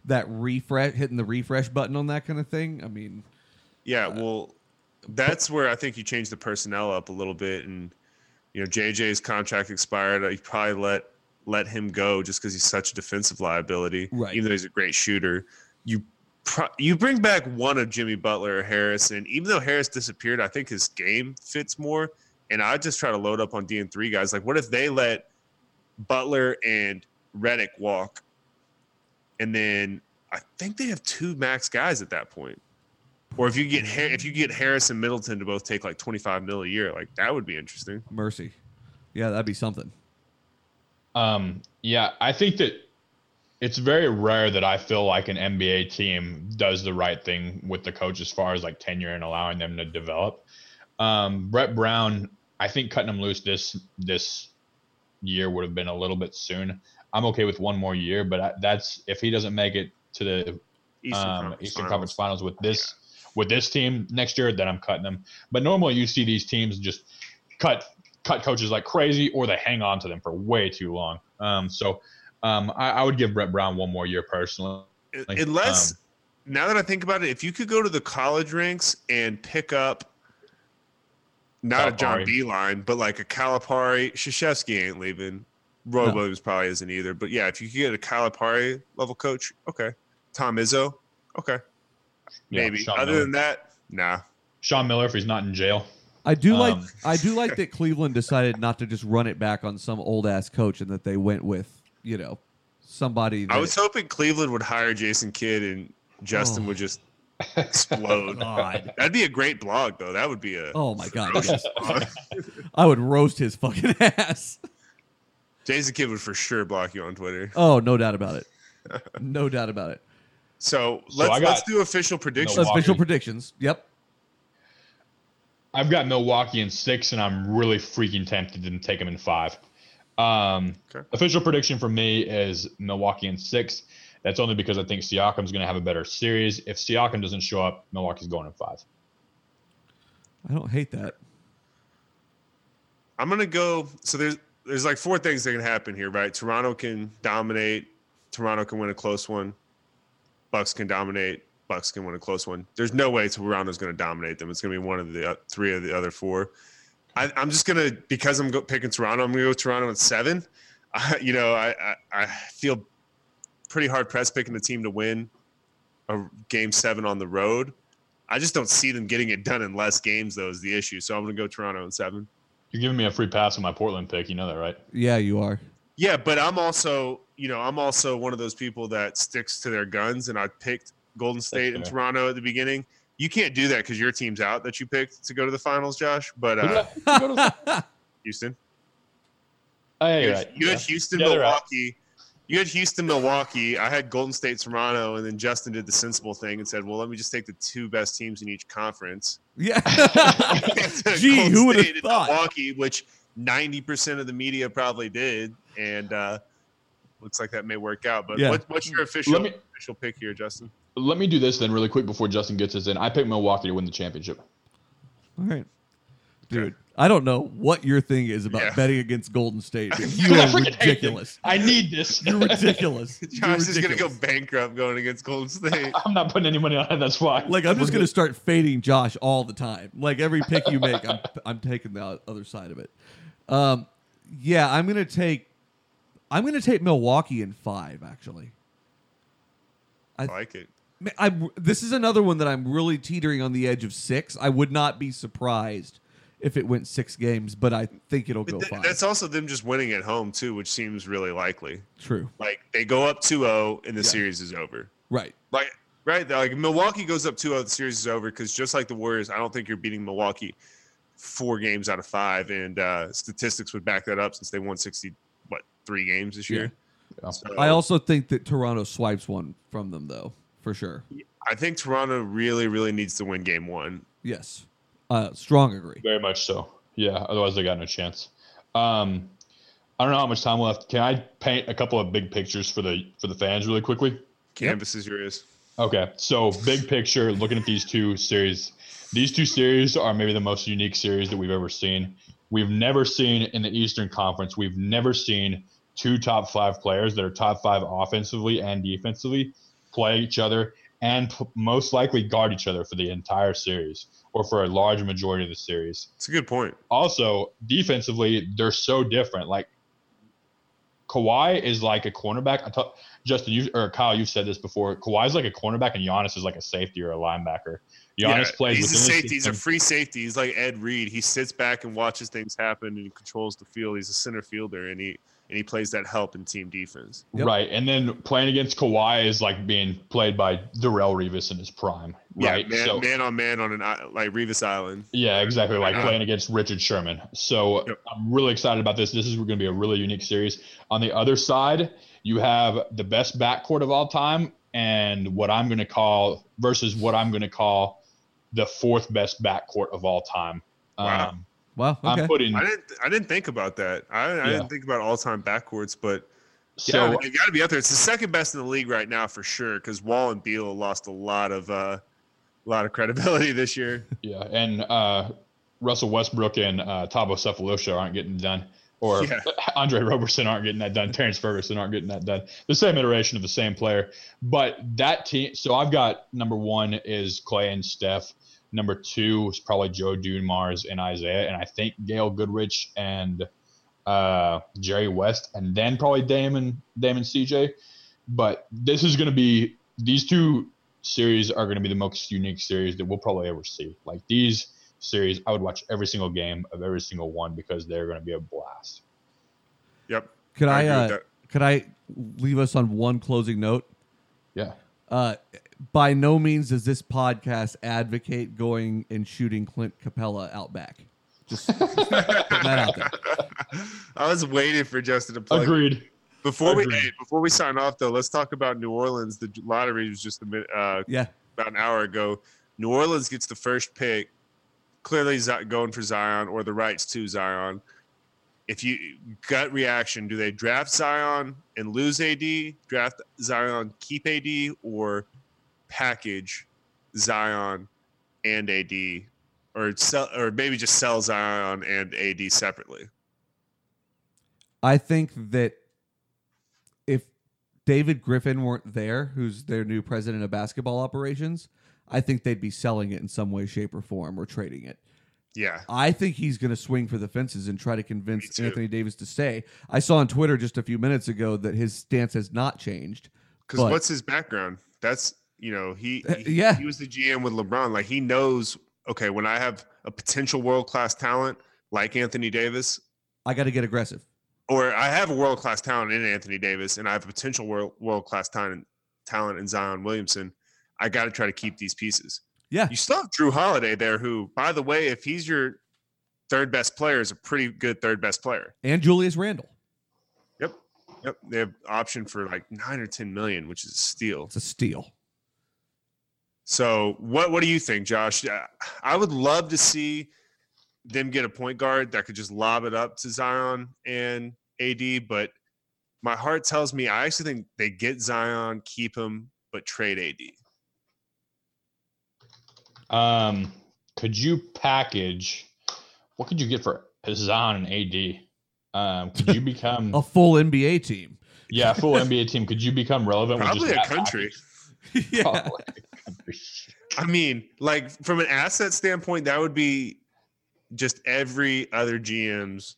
[SPEAKER 2] that refresh hitting the refresh button on that kind of thing. I mean,
[SPEAKER 3] Yeah, well, that's where I think you change the personnel up a little bit, and you know JJ's contract expired. You probably let let him go just because he's such a defensive liability,
[SPEAKER 2] Right.
[SPEAKER 3] Even though he's a great shooter, you pro- you bring back one of Jimmy Butler or Harris, and even though Harris disappeared, I think his game fits more. And I just try to load up on D and three guys. Like, what if they let Butler and Reddick walk, and then I think they have two max guys at that point. Or if you get
[SPEAKER 1] Mm-hmm.
[SPEAKER 3] Har- if you get Harris and Middleton to both take like twenty five mil a year, like that would be interesting.
[SPEAKER 2] mercy. Yeah, that'd be something.
[SPEAKER 1] Um, yeah, I think that it's very rare that I feel like an NBA team does the right thing with the coach as far as like tenure and allowing them to develop. Um, Brett Brown, I think cutting him loose this this year would have been a little bit soon. I'm okay with one more year, but I, that's if he doesn't make it to the um, Eastern Conference Finals with this with this team next year, then I'm cutting them. But normally you see these teams just cut cut coaches like crazy, or they hang on to them for way too long. Um, so um, I, I would give Brett Brown one more year personally.
[SPEAKER 3] Un-
[SPEAKER 1] like,
[SPEAKER 3] Unless
[SPEAKER 1] um,
[SPEAKER 3] now that I think about it, if you could go to the college ranks and pick up not a John
[SPEAKER 1] Calipari.
[SPEAKER 3] Beeline, but like a Calipari, Shashevsky ain't leaving. Roy
[SPEAKER 2] No.
[SPEAKER 3] Williams probably isn't either. But yeah, if you could get a Calipari level coach, okay. Tom Izzo, okay,
[SPEAKER 1] Yeah,
[SPEAKER 3] maybe.
[SPEAKER 1] Sean,
[SPEAKER 3] Other
[SPEAKER 1] Miller.
[SPEAKER 3] than that, nah.
[SPEAKER 1] Sean Miller, if he's not in jail.
[SPEAKER 2] I do like
[SPEAKER 1] Um.
[SPEAKER 2] I do like that Cleveland decided not to just run it back on some old ass coach and that they went with, you know, somebody that
[SPEAKER 3] I was hoping Cleveland would hire Jason Kidd and Justin
[SPEAKER 2] Oh.
[SPEAKER 1] *laughs*
[SPEAKER 3] would just explode.
[SPEAKER 2] God.
[SPEAKER 3] That'd be a great blog, though. That would be a
[SPEAKER 2] Oh my god.
[SPEAKER 3] ferocious
[SPEAKER 2] yes.
[SPEAKER 3] blog.
[SPEAKER 2] I would roast his fucking *laughs* ass.
[SPEAKER 3] Jason Kidd would for sure block you on Twitter.
[SPEAKER 2] Oh, no doubt about it. No doubt about it.
[SPEAKER 3] So
[SPEAKER 1] So
[SPEAKER 3] let's
[SPEAKER 1] Oh, I got
[SPEAKER 3] let's do official predictions.
[SPEAKER 1] Milwaukee.
[SPEAKER 2] Official predictions. Yep.
[SPEAKER 1] I've got Milwaukee in six, and I'm really freaking tempted to take him in five. Um,
[SPEAKER 3] Okay.
[SPEAKER 1] Official prediction for me is Milwaukee in six. That's only because I think Siakam's going to have a better series. If Siakam doesn't show up, Milwaukee's going in five.
[SPEAKER 2] I don't hate that.
[SPEAKER 3] I'm gonna go. So there's there's like four things that can happen here, right? Toronto can dominate. Toronto can win a close one. Bucks can dominate. Bucks can win a close one. There's no way Toronto's going to dominate them. It's going to be one of the uh, three of the other four. I, I'm just going to because I'm go, picking Toronto. I'm going to go Toronto at seven. *laughs* I, you know, I, I I feel pretty hard pressed picking the team to win a game seven on the road. I just don't see them getting it done in less games, though, is the issue. So I'm going to go Toronto in seven.
[SPEAKER 1] You're giving me a free pass on my Portland pick. You know that, right?
[SPEAKER 2] Yeah, you are.
[SPEAKER 3] Yeah, but I'm also, you know, I'm also one of those people that sticks to their guns, and I picked Golden State and
[SPEAKER 1] fair.
[SPEAKER 3] Toronto at the beginning. You can't do that because your team's out that you picked to go to the finals, Josh. But
[SPEAKER 1] Who
[SPEAKER 3] uh,
[SPEAKER 1] did I- who
[SPEAKER 2] *laughs*
[SPEAKER 1] did I-
[SPEAKER 3] Houston,
[SPEAKER 1] Oh, yeah,
[SPEAKER 3] you
[SPEAKER 1] you're
[SPEAKER 3] had,
[SPEAKER 1] right.
[SPEAKER 3] you had
[SPEAKER 1] Yeah.
[SPEAKER 3] Houston,
[SPEAKER 1] Yeah, they're out.
[SPEAKER 3] Milwaukee. You had Houston, Milwaukee. I had Golden State, Toronto, and then Justin did the sensible thing and said, "Well, let me just take the two best teams in each conference."
[SPEAKER 1] *laughs*
[SPEAKER 3] *laughs*
[SPEAKER 2] Yeah. *laughs* Gee,
[SPEAKER 3] Gee,
[SPEAKER 2] who would've thought?
[SPEAKER 3] Milwaukee, which ninety percent of the media probably did, and uh, looks like that may work out. But
[SPEAKER 2] Yeah.
[SPEAKER 3] what, what's your official
[SPEAKER 1] Let me-
[SPEAKER 3] official pick here, Justin?
[SPEAKER 1] Let me do this then really quick before Justin gets us in. I picked Milwaukee to win the championship.
[SPEAKER 2] All right. Dude, I don't know what your thing is about
[SPEAKER 3] Yeah.
[SPEAKER 2] betting against Golden
[SPEAKER 3] *laughs*
[SPEAKER 2] State.
[SPEAKER 1] *laughs*
[SPEAKER 2] You
[SPEAKER 1] I
[SPEAKER 2] are
[SPEAKER 1] freaking hate them.
[SPEAKER 2] ridiculous.
[SPEAKER 1] I need this.
[SPEAKER 2] You're ridiculous. You're
[SPEAKER 3] *laughs* Josh is going to go
[SPEAKER 2] ridiculous.
[SPEAKER 3] bankrupt going against Golden
[SPEAKER 1] *laughs*
[SPEAKER 3] State.
[SPEAKER 1] *laughs* I'm not putting any money on it. That's why.
[SPEAKER 2] Like I'm just gonna start fading Josh all the time. Like every pick you make, I'm *laughs* I'm taking the other side of it. Um, yeah, I'm gonna take I'm gonna take Milwaukee in five. Actually,
[SPEAKER 3] I like it.
[SPEAKER 2] Ma- I'm this is another one that I'm really teetering on the edge of six. I would not be surprised if it went six games, but I think it'll go
[SPEAKER 3] But th-
[SPEAKER 2] five.
[SPEAKER 3] that's also them just winning at home too, which seems really likely.
[SPEAKER 2] True.
[SPEAKER 3] Like they go up 2-0 and the series is over.
[SPEAKER 2] Right.
[SPEAKER 3] Like right, like Milwaukee goes up 2-0, the series is over because just like the Warriors, I don't think you're beating Milwaukee four games out of five, and uh, statistics would back that up since they won sixty what three games this year.
[SPEAKER 1] Yeah.
[SPEAKER 3] So,
[SPEAKER 2] I also think that Toronto swipes one from them though, for sure.
[SPEAKER 3] I think Toronto really really needs to win game one.
[SPEAKER 2] Yes. Uh, strong agree.
[SPEAKER 1] Very much so. Yeah. Otherwise, they got no chance. Um, I don't know how much time left. Can I paint a couple of big pictures for the for the fans really quickly?
[SPEAKER 3] Canvas is yours.
[SPEAKER 1] Okay, so big picture, looking at these two series, these two series are maybe the most unique series that we've ever seen. We've never seen in the Eastern Conference, we've never seen two top five players that are top five offensively and defensively play each other and p- most likely guard each other for the entire series or for a large majority of the series
[SPEAKER 3] It's a good point.
[SPEAKER 1] also defensively, they're so different. Like Kawhi is like a cornerback. I thought Justin, you or Kyle, you've said this before. Kawhi is like a cornerback, and Giannis is like a safety or a linebacker. Giannis plays
[SPEAKER 3] he's a
[SPEAKER 1] within the
[SPEAKER 3] safety. He's a
[SPEAKER 1] system.
[SPEAKER 3] free safety. He's like Ed Reed. He sits back and watches things happen and controls the field. He's a center fielder and he and he plays that help and team defense.
[SPEAKER 2] Yep.
[SPEAKER 1] Right, and then playing against Kawhi is like being played by Darrell Revis in his prime. Right,
[SPEAKER 3] Yeah, man,
[SPEAKER 1] so
[SPEAKER 3] man on man on an i- like Revis Island.
[SPEAKER 1] Yeah, exactly. Like
[SPEAKER 3] Yeah.
[SPEAKER 1] playing against Richard Sherman. So
[SPEAKER 3] Yep.
[SPEAKER 1] I'm really excited about this. This is going to be a really unique series. On the other side, you have the best backcourt of all time and what I'm going to call versus what I'm going to call the fourth best backcourt of all time.
[SPEAKER 3] Wow.
[SPEAKER 1] Um,
[SPEAKER 2] Wow. Okay.
[SPEAKER 1] I'm putting
[SPEAKER 3] I didn't I didn't think about that. I, I
[SPEAKER 1] Yeah.
[SPEAKER 3] didn't think about all time backwards, but
[SPEAKER 1] so
[SPEAKER 3] yeah, they got to be up there. It's the second best in the league right now for sure because Wall and Beal lost a lot of uh, a lot of *laughs* credibility this year.
[SPEAKER 1] yeah, and uh, Russell Westbrook and uh, Tabo Cephalosha aren't getting done. Or
[SPEAKER 3] Yeah.
[SPEAKER 1] *laughs* Andre Roberson aren't getting that done. Terrence Ferguson aren't getting that done. The same iteration of the same player. But that team, so I've got number one is Clay and Steph. Number two is probably Joe Mars and Isaiah. And I think Gail Goodrich and uh, Jerry West. And then probably Damon, Damon CJ. But this is going to be, these two series are going to be the most unique series that we'll probably ever see. Like these series, I would watch every single game of every single one because they're going to be a blast.
[SPEAKER 3] Yep.
[SPEAKER 2] could
[SPEAKER 3] I
[SPEAKER 2] I?
[SPEAKER 3] agree with
[SPEAKER 2] Uh, could I leave us on one closing note?
[SPEAKER 1] Yeah.
[SPEAKER 2] Uh, by no means does this podcast advocate going and shooting Clint Capella out back. Just, just putting that out there.
[SPEAKER 3] *laughs* I was waiting for Justin to plug
[SPEAKER 1] Agreed.
[SPEAKER 3] Before we
[SPEAKER 1] Agreed.
[SPEAKER 3] hey, before we sign off though, let's talk about New Orleans. The lottery was just a minute, uh,
[SPEAKER 2] Yeah.
[SPEAKER 3] about an hour ago. New Orleans gets the first pick. Clearly, Z- going for Zion or the rights to Zion. If you gut reaction, do they draft Zion and lose AD, draft Zion, keep AD, or package Zion and AD, or sell, or maybe just sell Zion and AD separately?
[SPEAKER 2] I think that if David Griffin weren't there, who's their new president of basketball operations, I think they'd be selling it in some way, shape, or form or trading it.
[SPEAKER 3] Yeah.
[SPEAKER 2] I think he's going to swing for the fences and try to convince
[SPEAKER 3] too.
[SPEAKER 2] Anthony Davis to stay. I saw on Twitter just a few minutes ago that his stance has not changed.
[SPEAKER 3] Because
[SPEAKER 2] But-
[SPEAKER 3] what's his background? That's you know he,
[SPEAKER 2] Uh,
[SPEAKER 3] he
[SPEAKER 2] yeah.
[SPEAKER 3] he was the GM with LeBron. Like he knows. Okay, when I have a potential world class talent like Anthony Davis,
[SPEAKER 2] I got to get aggressive.
[SPEAKER 3] or I have a world class talent in Anthony Davis, and I have a potential world world class talent talent in Zion Williamson. I got to try to keep these pieces.
[SPEAKER 2] Yeah.
[SPEAKER 3] you still have Drew Holiday there, who, by the way, if he's your third best player, is a pretty good third best player.
[SPEAKER 2] And Julius Randle.
[SPEAKER 3] Yep, yep. They have option for like nine or ten million, which is a steal.
[SPEAKER 2] It's a steal.
[SPEAKER 3] So what what do you think, Josh? Uh, I would love to see them get a point guard that could just lob it up to Zion and AD, but my heart tells me I actually think they get Zion, keep him, but trade AD.
[SPEAKER 1] Um, could you package? What could you get for Zion and AD? Um, could you
[SPEAKER 2] *laughs*
[SPEAKER 3] Mm.
[SPEAKER 1] become
[SPEAKER 2] A full NBA
[SPEAKER 3] *laughs*
[SPEAKER 2] team.
[SPEAKER 1] yeah full NBA team? Could you become relevant?
[SPEAKER 3] Probably
[SPEAKER 1] with
[SPEAKER 3] a
[SPEAKER 1] just that
[SPEAKER 3] country.
[SPEAKER 1] package?
[SPEAKER 2] yeah.
[SPEAKER 1] Probably a country.
[SPEAKER 3] I mean, like from an asset standpoint, that would be just every other GM's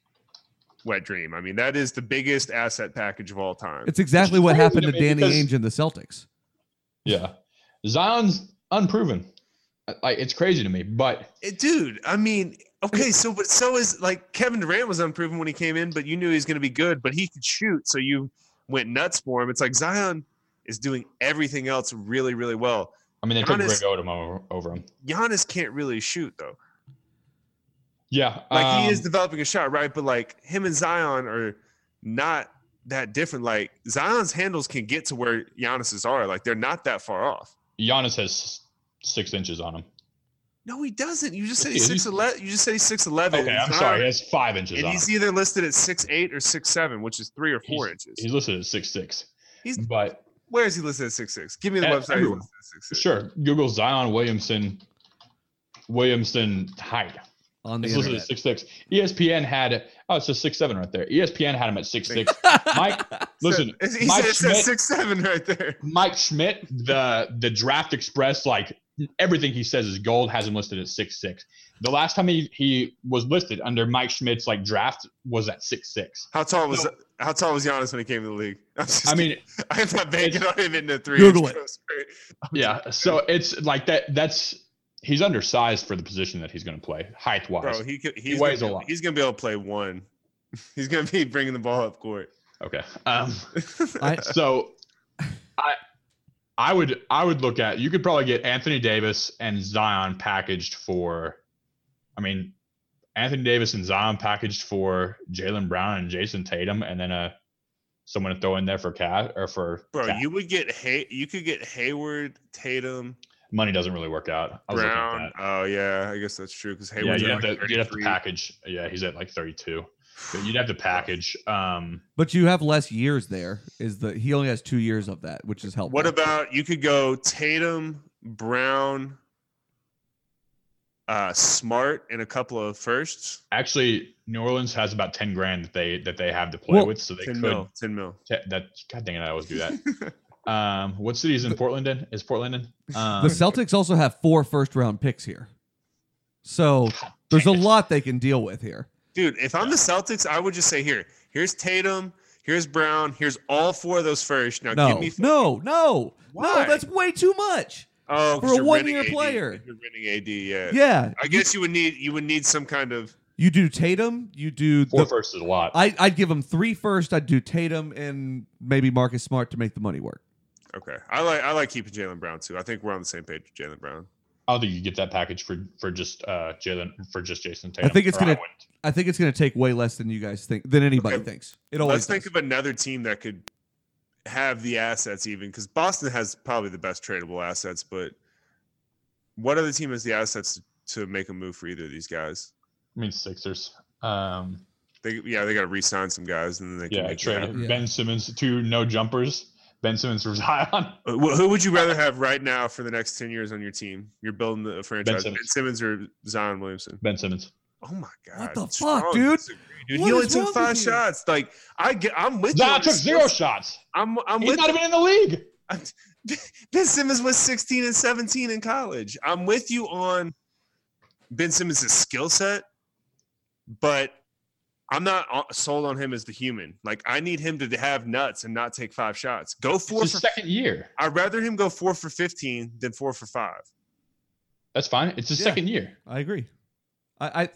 [SPEAKER 3] wet dream. I mean, that is the biggest asset package of all time.
[SPEAKER 2] It's exactly what happened to
[SPEAKER 1] Crazy to me
[SPEAKER 2] Danny
[SPEAKER 1] because-
[SPEAKER 2] Ainge and the Celtics.
[SPEAKER 1] *laughs* Yeah, Zion's unproven. Uh, Like it's crazy to me, but
[SPEAKER 3] It- Eh, dude, I mean, okay, so but so is like Kevin Durant was unproven when he came in, but you knew he was going to be good, but he could shoot, so you went nuts for him. It's like Zion is doing everything else really, really well.
[SPEAKER 1] I mean they took Greg
[SPEAKER 3] Giannis-
[SPEAKER 1] Odom over, over him.
[SPEAKER 3] Giannis can't really shoot though.
[SPEAKER 1] Yeah,
[SPEAKER 3] Like he is
[SPEAKER 1] um,
[SPEAKER 3] developing a shot, right? But like him and Zion are not that different. Like Zion's handles can get to where Giannis's are. Like they're not that far off.
[SPEAKER 1] Giannis has s- six inches on him.
[SPEAKER 3] No, he doesn't. You just said
[SPEAKER 1] Yes,
[SPEAKER 3] he's
[SPEAKER 1] he is.
[SPEAKER 3] six eleven. You just said he's six eleven.
[SPEAKER 1] Okay, I'm sorry. He has five inches
[SPEAKER 3] And
[SPEAKER 1] on him.
[SPEAKER 3] he's either listed at six eight or six seven, which is three or four inches.
[SPEAKER 1] He's listed at six six.
[SPEAKER 3] He's-
[SPEAKER 1] but
[SPEAKER 3] Where is he listed at six six? Give me the
[SPEAKER 1] At
[SPEAKER 3] website. he's
[SPEAKER 1] everyone.
[SPEAKER 3] listed at 6'6".
[SPEAKER 1] sure. Google Zion Williamson Williamson height.
[SPEAKER 2] On the
[SPEAKER 1] It's listed at
[SPEAKER 2] internet.
[SPEAKER 3] *laughs*
[SPEAKER 1] six six. E ESPN had oh, it's a six seven right there. ESPN had him at six six. Mike, listen,
[SPEAKER 3] So- he
[SPEAKER 1] Mike
[SPEAKER 3] said, it says
[SPEAKER 1] Schmidt-
[SPEAKER 3] six seven right there.
[SPEAKER 1] Mike Schmidt, the the Draft Express, like everything he says is gold. Has him listed at six six. The last time he he was listed under Mike Schmidt's like draft was at six six.
[SPEAKER 3] How tall was how tall was Giannis when he came to the league? *laughs* I'm just
[SPEAKER 1] I mean,
[SPEAKER 3] kidding. *laughs* I'm not banking on him in the three.
[SPEAKER 2] Google
[SPEAKER 3] inch
[SPEAKER 2] it.
[SPEAKER 3] post, right?
[SPEAKER 1] yeah. So it's like that. That's he's undersized for the position that he's going to play height wise.
[SPEAKER 3] bro. He could- he's
[SPEAKER 1] weighs
[SPEAKER 3] gonna, be-
[SPEAKER 1] a lot.
[SPEAKER 3] He's gonna be able to play one. *laughs* He's gonna be bringing the ball up court. *laughs*
[SPEAKER 1] Okay. Um,
[SPEAKER 2] I-
[SPEAKER 1] so I I would I would look at you could probably get Anthony Davis and Zion packaged for I mean Anthony Davis and Zion packaged for Jalen Brown and Jason Tatum and then uh someone to throw in there for cat or for
[SPEAKER 3] bro,
[SPEAKER 1] Cat.
[SPEAKER 3] you would get Hay- you could get Hayward, Tatum,
[SPEAKER 1] money doesn't really work out. I was looking at
[SPEAKER 3] Brown.
[SPEAKER 1] that.
[SPEAKER 3] Oh yeah, I guess that's true because
[SPEAKER 1] Yeah,
[SPEAKER 3] Hayward's
[SPEAKER 1] you'd
[SPEAKER 3] at
[SPEAKER 1] have,
[SPEAKER 3] like
[SPEAKER 1] to, you'd have to
[SPEAKER 3] 33.
[SPEAKER 1] package. Yeah, he's at like 32. But you'd have to package. Um,
[SPEAKER 2] But you have less years there. Is the he only has two years of that, which is helpful.
[SPEAKER 3] What about you could go Tatum, Brown, uh, Smart, and a couple of firsts?
[SPEAKER 1] actually, New Orleans has about 10 grand that they that they have to play
[SPEAKER 2] Well,
[SPEAKER 1] with, so they
[SPEAKER 3] 10
[SPEAKER 1] could
[SPEAKER 3] mil. 10 mil.
[SPEAKER 1] Te- that God dang it, I always do
[SPEAKER 2] *laughs*
[SPEAKER 1] that. um, what city is in Portland in? Is Portland in? Um,
[SPEAKER 2] the Celtics also have four first round picks here. So
[SPEAKER 1] God
[SPEAKER 2] there's a
[SPEAKER 1] dang it.
[SPEAKER 2] lot they can deal with here.
[SPEAKER 3] *laughs* Dude, if I'm the Celtics, I would just say here, here's Tatum, here's Brown, here's all four of those firsts. Now
[SPEAKER 2] No,
[SPEAKER 3] give me f-
[SPEAKER 2] no, no,
[SPEAKER 3] Why?
[SPEAKER 2] no, Oh, that's way too much.
[SPEAKER 3] oh, 'cause
[SPEAKER 2] for a
[SPEAKER 3] you're
[SPEAKER 2] one-year
[SPEAKER 3] renting AD.
[SPEAKER 2] player.
[SPEAKER 3] You're renting AD, yeah.
[SPEAKER 2] Yeah.
[SPEAKER 3] I guess you would need you would need some kind of
[SPEAKER 2] You do Tatum, you do
[SPEAKER 1] Four
[SPEAKER 2] the,
[SPEAKER 1] firsts is a lot.
[SPEAKER 2] I, I'd give him three first. I'd do Tatum and maybe Marcus Smart to make the money work.
[SPEAKER 3] okay. I like I like keeping Jalen Brown too. I think we're on the same page with Jalen Brown.
[SPEAKER 1] I don't think you get that package for for just uh Jalen for just Jason Tatum.
[SPEAKER 2] think it's
[SPEAKER 1] or
[SPEAKER 2] gonna-
[SPEAKER 1] wouldn't.
[SPEAKER 2] I think it's going to take way less than you guys think, than anybody
[SPEAKER 3] Okay.
[SPEAKER 2] thinks. It always
[SPEAKER 3] Let's think
[SPEAKER 2] does.
[SPEAKER 3] of another team that could have the assets, even because Boston has probably the best tradable assets. But what other team has the assets to make a move for either of these guys?
[SPEAKER 1] I mean Sixers. Um,
[SPEAKER 3] They yeah, they got to re-sign some guys, and then they
[SPEAKER 1] yeah,
[SPEAKER 3] can make it
[SPEAKER 1] trade
[SPEAKER 3] happen.
[SPEAKER 2] Yeah.
[SPEAKER 1] Ben Simmons two no jumpers. Ben Simmons for *laughs* Zion.
[SPEAKER 3] Uh, wh- Who would you rather have right now for the next ten years on your team? You're building the franchise. Ben
[SPEAKER 1] Simmons.
[SPEAKER 3] Simmons, or Zion Williamson?
[SPEAKER 1] Ben Simmons.
[SPEAKER 3] Oh my god!
[SPEAKER 2] the fuck,
[SPEAKER 3] strong
[SPEAKER 2] dude?
[SPEAKER 3] disagree. dude.
[SPEAKER 2] What
[SPEAKER 3] he only
[SPEAKER 2] is
[SPEAKER 3] took
[SPEAKER 2] wrong
[SPEAKER 3] five
[SPEAKER 2] with you?
[SPEAKER 3] shots. Like I get, I'm with you.
[SPEAKER 1] Zion
[SPEAKER 3] on
[SPEAKER 1] took
[SPEAKER 3] this.
[SPEAKER 1] zero shots.
[SPEAKER 3] I'm I'm
[SPEAKER 1] He's
[SPEAKER 3] with
[SPEAKER 1] not even in the league.
[SPEAKER 3] Ben Simmons was 16 and 17 in college. I'm with you on Ben Simmons' skill set, but I'm not o- sold on him as the human. Like I need him to have nuts and not take five shots. Go
[SPEAKER 1] It's
[SPEAKER 3] four
[SPEAKER 1] his
[SPEAKER 3] for.
[SPEAKER 1] second year.
[SPEAKER 3] I'd rather him go four for 15 than four for five.
[SPEAKER 1] That's fine. It's his
[SPEAKER 2] Yeah.
[SPEAKER 1] second year.
[SPEAKER 2] I agree. I, I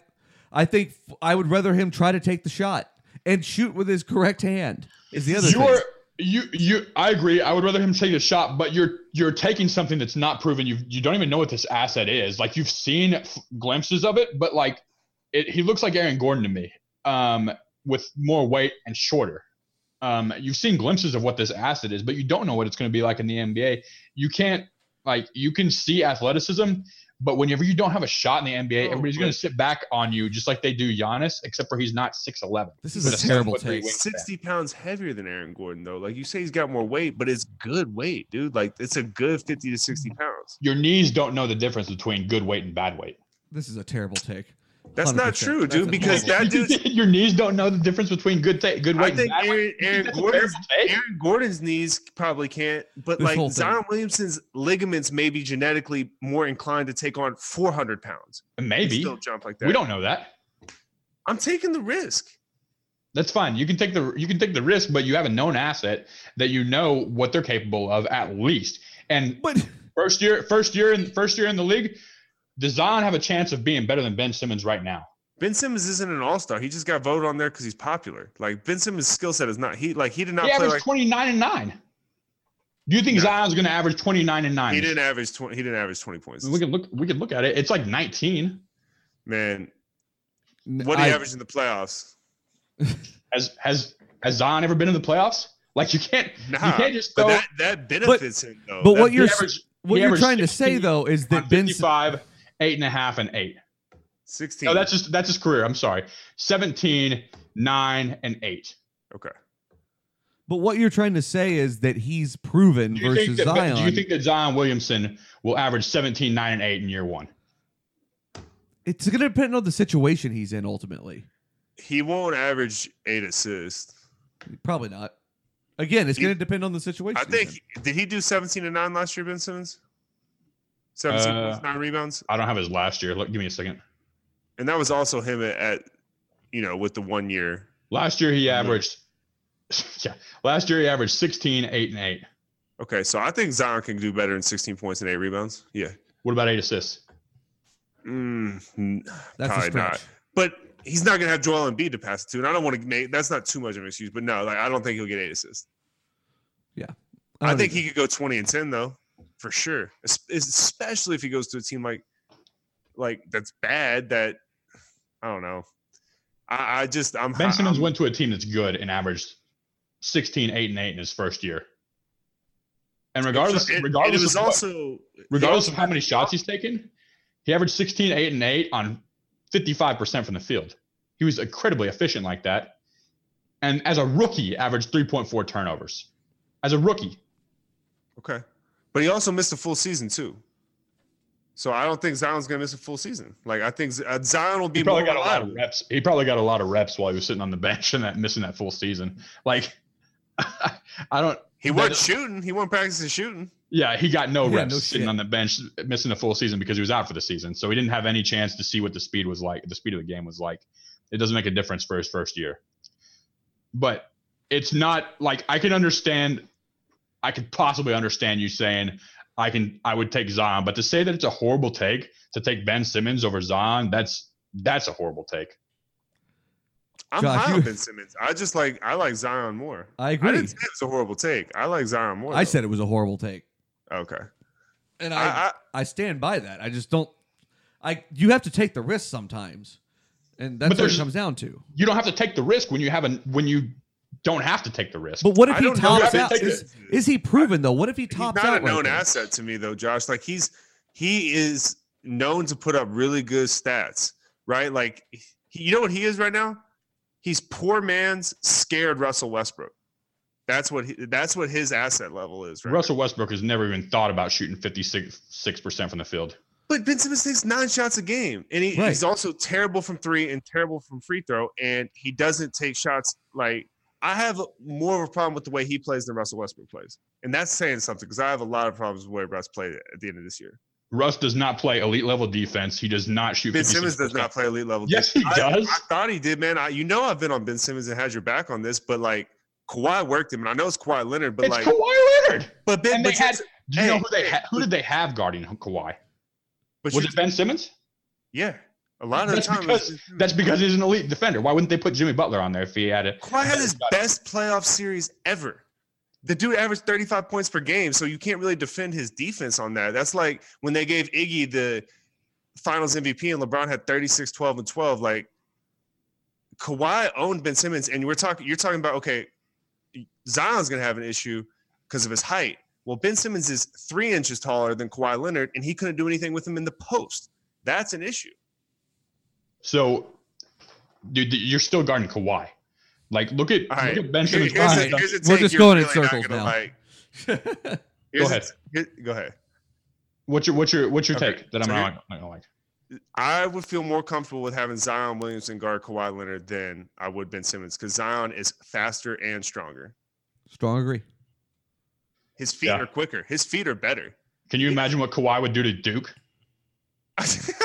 [SPEAKER 2] I think f- I would rather him try to take the shot and shoot with his correct hand. Is the other
[SPEAKER 1] You're
[SPEAKER 2] thing.
[SPEAKER 1] you you. I agree. I would rather him take a shot, but you're you're taking something that's not proven. You you don't even know what this asset is. Like you've seen f- glimpses of it, but like it, he looks like Aaron Gordon to me, um, with more weight and shorter. Um, you've seen glimpses of what this asset is, but you don't know what it's going to be like in the NBA. You can't like you can see athleticism, but whenever you don't have a shot in the NBA,
[SPEAKER 3] Oh,
[SPEAKER 1] everybody's
[SPEAKER 3] right.
[SPEAKER 1] going to sit back on you just like they do Giannis, except for he's not six eleven.
[SPEAKER 2] This is a
[SPEAKER 1] But a
[SPEAKER 2] terrible
[SPEAKER 1] seven-foot-three
[SPEAKER 2] take.
[SPEAKER 1] wing. Wingspan.
[SPEAKER 3] 60 pounds heavier than Aaron Gordon, though. Like you say, he's got more weight, but it's good weight, dude. Like it's a good 50 to 60 pounds.
[SPEAKER 1] Your knees don't know the difference between good weight and bad
[SPEAKER 3] *laughs*
[SPEAKER 1] weight.
[SPEAKER 2] This is a terrible take.
[SPEAKER 3] That's not
[SPEAKER 2] 100%.
[SPEAKER 3] true,
[SPEAKER 2] That's
[SPEAKER 3] dude,
[SPEAKER 2] a
[SPEAKER 3] because
[SPEAKER 2] terrible-
[SPEAKER 3] that
[SPEAKER 1] *laughs*
[SPEAKER 3] dude's.
[SPEAKER 1] your knees don't know the difference between good ta- *laughs* good
[SPEAKER 3] I
[SPEAKER 1] weight.
[SPEAKER 3] think
[SPEAKER 1] and bad weight.
[SPEAKER 3] Aaron,
[SPEAKER 1] You think *laughs*
[SPEAKER 3] Aaron
[SPEAKER 1] that's a
[SPEAKER 3] Gordon's
[SPEAKER 1] terrible take?
[SPEAKER 3] Aaron Gordon's knees probably can't, but
[SPEAKER 2] This whole
[SPEAKER 3] like
[SPEAKER 2] thing.
[SPEAKER 3] Zion Williamson's ligaments may be genetically more inclined to take on 400 pounds. and
[SPEAKER 1] Maybe
[SPEAKER 3] still jump like that.
[SPEAKER 1] we don't know that.
[SPEAKER 3] I'm taking the risk.
[SPEAKER 1] That's fine. You can take the you can take the risk, but you have a known asset that you know what they're capable of at least. And
[SPEAKER 2] But
[SPEAKER 1] first year, first year in first year in the league, does Zion have a chance of being better than Ben Simmons right now?
[SPEAKER 3] Ben Simmons isn't an all star. He just got voted on there because he's popular. Like Ben Simmons' skill set is not. He like he did not
[SPEAKER 1] he
[SPEAKER 3] play
[SPEAKER 1] averaged
[SPEAKER 3] like
[SPEAKER 1] 29 and 9. Do you think
[SPEAKER 3] No.
[SPEAKER 1] Zion's going to average 29 and 9?
[SPEAKER 3] he didn't average 20. He didn't average 20 points.
[SPEAKER 1] We can look we can look at it. It's like 19.
[SPEAKER 3] Man, what
[SPEAKER 2] what
[SPEAKER 3] did he
[SPEAKER 2] I,
[SPEAKER 3] average in the playoffs?
[SPEAKER 1] Has has has Zion ever been in the playoffs? Like you can't
[SPEAKER 3] Nah,
[SPEAKER 1] you can't just
[SPEAKER 3] but
[SPEAKER 1] throw
[SPEAKER 3] that, that benefits him though.
[SPEAKER 2] but
[SPEAKER 3] That
[SPEAKER 2] what
[SPEAKER 1] He
[SPEAKER 2] Uh-huh. you're-
[SPEAKER 1] averaged
[SPEAKER 2] what
[SPEAKER 1] he
[SPEAKER 2] you're
[SPEAKER 1] averaged
[SPEAKER 2] trying to say
[SPEAKER 1] 16
[SPEAKER 2] though is
[SPEAKER 1] on
[SPEAKER 2] that Ben
[SPEAKER 1] 55, eight and a half, and eight.
[SPEAKER 3] 16.
[SPEAKER 1] No, that's just that's his career. I'm sorry. 17, 9, and 8.
[SPEAKER 3] okay.
[SPEAKER 2] But what you're trying to say is that he's proven
[SPEAKER 1] Do you,
[SPEAKER 2] versus
[SPEAKER 1] think that,
[SPEAKER 2] Zion.
[SPEAKER 1] do you think that Zion Williamson will average 17, 9, and 8 in year one?
[SPEAKER 2] it's going to depend on the situation he's in ultimately.
[SPEAKER 3] He won't average eight assists.
[SPEAKER 2] Probably not. Again, it's
[SPEAKER 3] You-
[SPEAKER 2] going to depend on the situation.
[SPEAKER 3] I
[SPEAKER 2] he's in.
[SPEAKER 3] think did he do 17 and 9 last year, Ben Simmons? 17
[SPEAKER 1] Uh,
[SPEAKER 3] points, 9 rebounds.
[SPEAKER 1] I don't have his last year. Look, give me a second.
[SPEAKER 3] And that was also him at, at you know, with the one year.
[SPEAKER 1] Last year he
[SPEAKER 3] Mhm.
[SPEAKER 2] Mm-hmm.
[SPEAKER 1] averaged *laughs* yeah. Last year he averaged 16, 8, and 8.
[SPEAKER 3] Okay, so I think Zion can do better than 16 points and 8 rebounds. Yeah.
[SPEAKER 1] What about eight assists?
[SPEAKER 3] Mm, n-
[SPEAKER 2] that's a
[SPEAKER 3] probably
[SPEAKER 2] stretch.
[SPEAKER 3] not. But he's not going to have Joel Embiid to pass it to. And I don't want to make that's not too much of an excuse, but no, like I don't think he'll get eight assists. I,
[SPEAKER 2] don't
[SPEAKER 3] think
[SPEAKER 2] either.
[SPEAKER 3] he could go 20 and 10 though, for sure. Es- Especially if he goes to a team like like that's bad that I don't know. I, I just I'm
[SPEAKER 1] Ben
[SPEAKER 3] i
[SPEAKER 1] Simmons went to a team that's good and averaged 16, 8, and 8 in his first year. And regardless,
[SPEAKER 3] it,
[SPEAKER 1] regardless,
[SPEAKER 3] it was
[SPEAKER 1] of what-
[SPEAKER 3] also
[SPEAKER 1] regardless of how many shots he's taken, he averaged 16, 8, and 8 on 55% from the field. He was incredibly efficient like that. And as a rookie, averaged 3.4 turnovers. As a rookie,
[SPEAKER 3] okay, but he also missed a full season too. So I don't think Zion's gonna miss a full season. Like I think Z- uh, Zion will be
[SPEAKER 1] he probably
[SPEAKER 3] more
[SPEAKER 1] got a lot of
[SPEAKER 3] reliable.
[SPEAKER 1] reps. He probably got a lot of reps while he was sitting on the *laughs* bench and that missing that full season. Like, *laughs* I don't.
[SPEAKER 3] He
[SPEAKER 1] That
[SPEAKER 3] wasn't
[SPEAKER 1] is-
[SPEAKER 3] shooting. He wasn't practicing shooting.
[SPEAKER 1] Yeah, he got no
[SPEAKER 2] Yeah,
[SPEAKER 1] reps
[SPEAKER 2] no
[SPEAKER 1] sitting
[SPEAKER 2] shit.
[SPEAKER 1] on the bench, missing a full season because he was out for the season. So he didn't have any chance to see what the speed was like, the speed of the game was like. It doesn't make a difference for his first year. But it's not like I can understand, I could possibly understand you saying I can, I would take Zion, but to say that it's a horrible take to take Ben Simmons over Zion, that's that's a horrible take.
[SPEAKER 3] I'm
[SPEAKER 2] Josh,
[SPEAKER 3] high
[SPEAKER 2] you-
[SPEAKER 3] on Ben Simmons. I just like I like Zion more.
[SPEAKER 2] I
[SPEAKER 3] I
[SPEAKER 2] agree.
[SPEAKER 3] didn't say it was a horrible take. I like Zion more.
[SPEAKER 2] I
[SPEAKER 3] though.
[SPEAKER 2] said it was a horrible take,
[SPEAKER 3] okay.
[SPEAKER 2] and
[SPEAKER 3] I,
[SPEAKER 2] I,
[SPEAKER 3] I
[SPEAKER 2] I stand by that. I just don't. I you have to take the risk sometimes, and that's what it
[SPEAKER 1] there's-
[SPEAKER 2] comes down to.
[SPEAKER 1] You don't have to take the risk when you have an when you don't have to take the risk.
[SPEAKER 2] But what if
[SPEAKER 3] I
[SPEAKER 2] he
[SPEAKER 3] don't know
[SPEAKER 1] if
[SPEAKER 2] tops
[SPEAKER 1] they
[SPEAKER 2] out?
[SPEAKER 1] take
[SPEAKER 2] Is,
[SPEAKER 3] it.
[SPEAKER 2] is he proven though? What if he
[SPEAKER 3] he's
[SPEAKER 2] tops
[SPEAKER 3] not a
[SPEAKER 2] out? right
[SPEAKER 3] known
[SPEAKER 2] there?
[SPEAKER 3] asset to me though, Josh. Like he's he is known to put up really good stats, right? Like he, you know what he is right now? He's poor man's scared Russell Westbrook. That's what he, that's what his asset level is, right?
[SPEAKER 1] Russell Westbrook has never even thought about shooting 56% from the field.
[SPEAKER 3] But Ben Simmons takes nine shots a game, and he,
[SPEAKER 2] Right.
[SPEAKER 3] he's also terrible from three and terrible from free throw, and he doesn't take shots. Like I have more of a problem with the way he plays than Russell Westbrook plays, and that's saying something because I have a lot of problems with the way Russ played at the end of this year.
[SPEAKER 1] Russ does not play elite level defense. He does not shoot.
[SPEAKER 3] Ben
[SPEAKER 1] 56%.
[SPEAKER 3] Simmons does not play elite level.
[SPEAKER 1] Yes, he
[SPEAKER 3] I-
[SPEAKER 1] does.
[SPEAKER 3] I, thought he did, man. I, you know, I've been on Ben Simmons and had your back on this, but like Kawhi worked him, and I know it's Kawhi Leonard, but
[SPEAKER 1] it's
[SPEAKER 3] like,
[SPEAKER 1] Kawhi Leonard.
[SPEAKER 3] but Ben,
[SPEAKER 1] And they
[SPEAKER 3] but,
[SPEAKER 1] had. Do you know
[SPEAKER 3] hey,
[SPEAKER 1] who they
[SPEAKER 3] hey,
[SPEAKER 1] ha- who did they have guarding Kawhi?
[SPEAKER 3] but
[SPEAKER 1] Was
[SPEAKER 3] you-
[SPEAKER 1] it Ben Simmons?
[SPEAKER 3] yeah, a lot of
[SPEAKER 1] That's
[SPEAKER 3] the time.
[SPEAKER 1] because-
[SPEAKER 3] it's-
[SPEAKER 1] That's because he's an elite defender. Why wouldn't they put Jimmy Butler on there if he had it?
[SPEAKER 3] Kawhi had his
[SPEAKER 1] Got it.
[SPEAKER 3] best playoff series ever. The dude averaged 35 points per game, so you can't really defend his defense on that. That's like when they gave Iggy the finals MVP and LeBron had 36, 12, and 12. Like Kawhi owned Ben Simmons, and we're talking you're talking about okay, Zion's gonna have an issue because of his height. Well, Ben Simmons is three inches taller than Kawhi Leonard, and he couldn't do anything with him in the post. That's an issue.
[SPEAKER 1] So, dude, you're still guarding Kawhi. Like, look at,
[SPEAKER 3] All right.
[SPEAKER 1] look at Ben
[SPEAKER 3] Here-
[SPEAKER 1] Simmons.
[SPEAKER 3] here's a-
[SPEAKER 1] guarding stuff.
[SPEAKER 3] here's a
[SPEAKER 2] We're
[SPEAKER 3] take
[SPEAKER 2] just
[SPEAKER 3] you're
[SPEAKER 2] going in
[SPEAKER 3] really not
[SPEAKER 2] circles
[SPEAKER 3] gonna
[SPEAKER 2] now.
[SPEAKER 3] like.
[SPEAKER 1] Go
[SPEAKER 3] Here's a-
[SPEAKER 1] ahead.
[SPEAKER 3] here- go ahead.
[SPEAKER 1] What's your what's your what's your
[SPEAKER 3] Okay,
[SPEAKER 1] take that I'm
[SPEAKER 3] so
[SPEAKER 1] not,
[SPEAKER 3] here-
[SPEAKER 1] not gonna like?
[SPEAKER 3] I would feel more comfortable with having Zion Williamson guard Kawhi Leonard than I would Ben Simmons because Zion is faster and stronger.
[SPEAKER 2] *laughs* Strong
[SPEAKER 3] *laughs*
[SPEAKER 2] agree.
[SPEAKER 3] His feet
[SPEAKER 1] Yeah.
[SPEAKER 3] are quicker. His feet are better. *laughs*
[SPEAKER 1] Can you imagine what Kawhi would do to Duke? *laughs*
[SPEAKER 3] I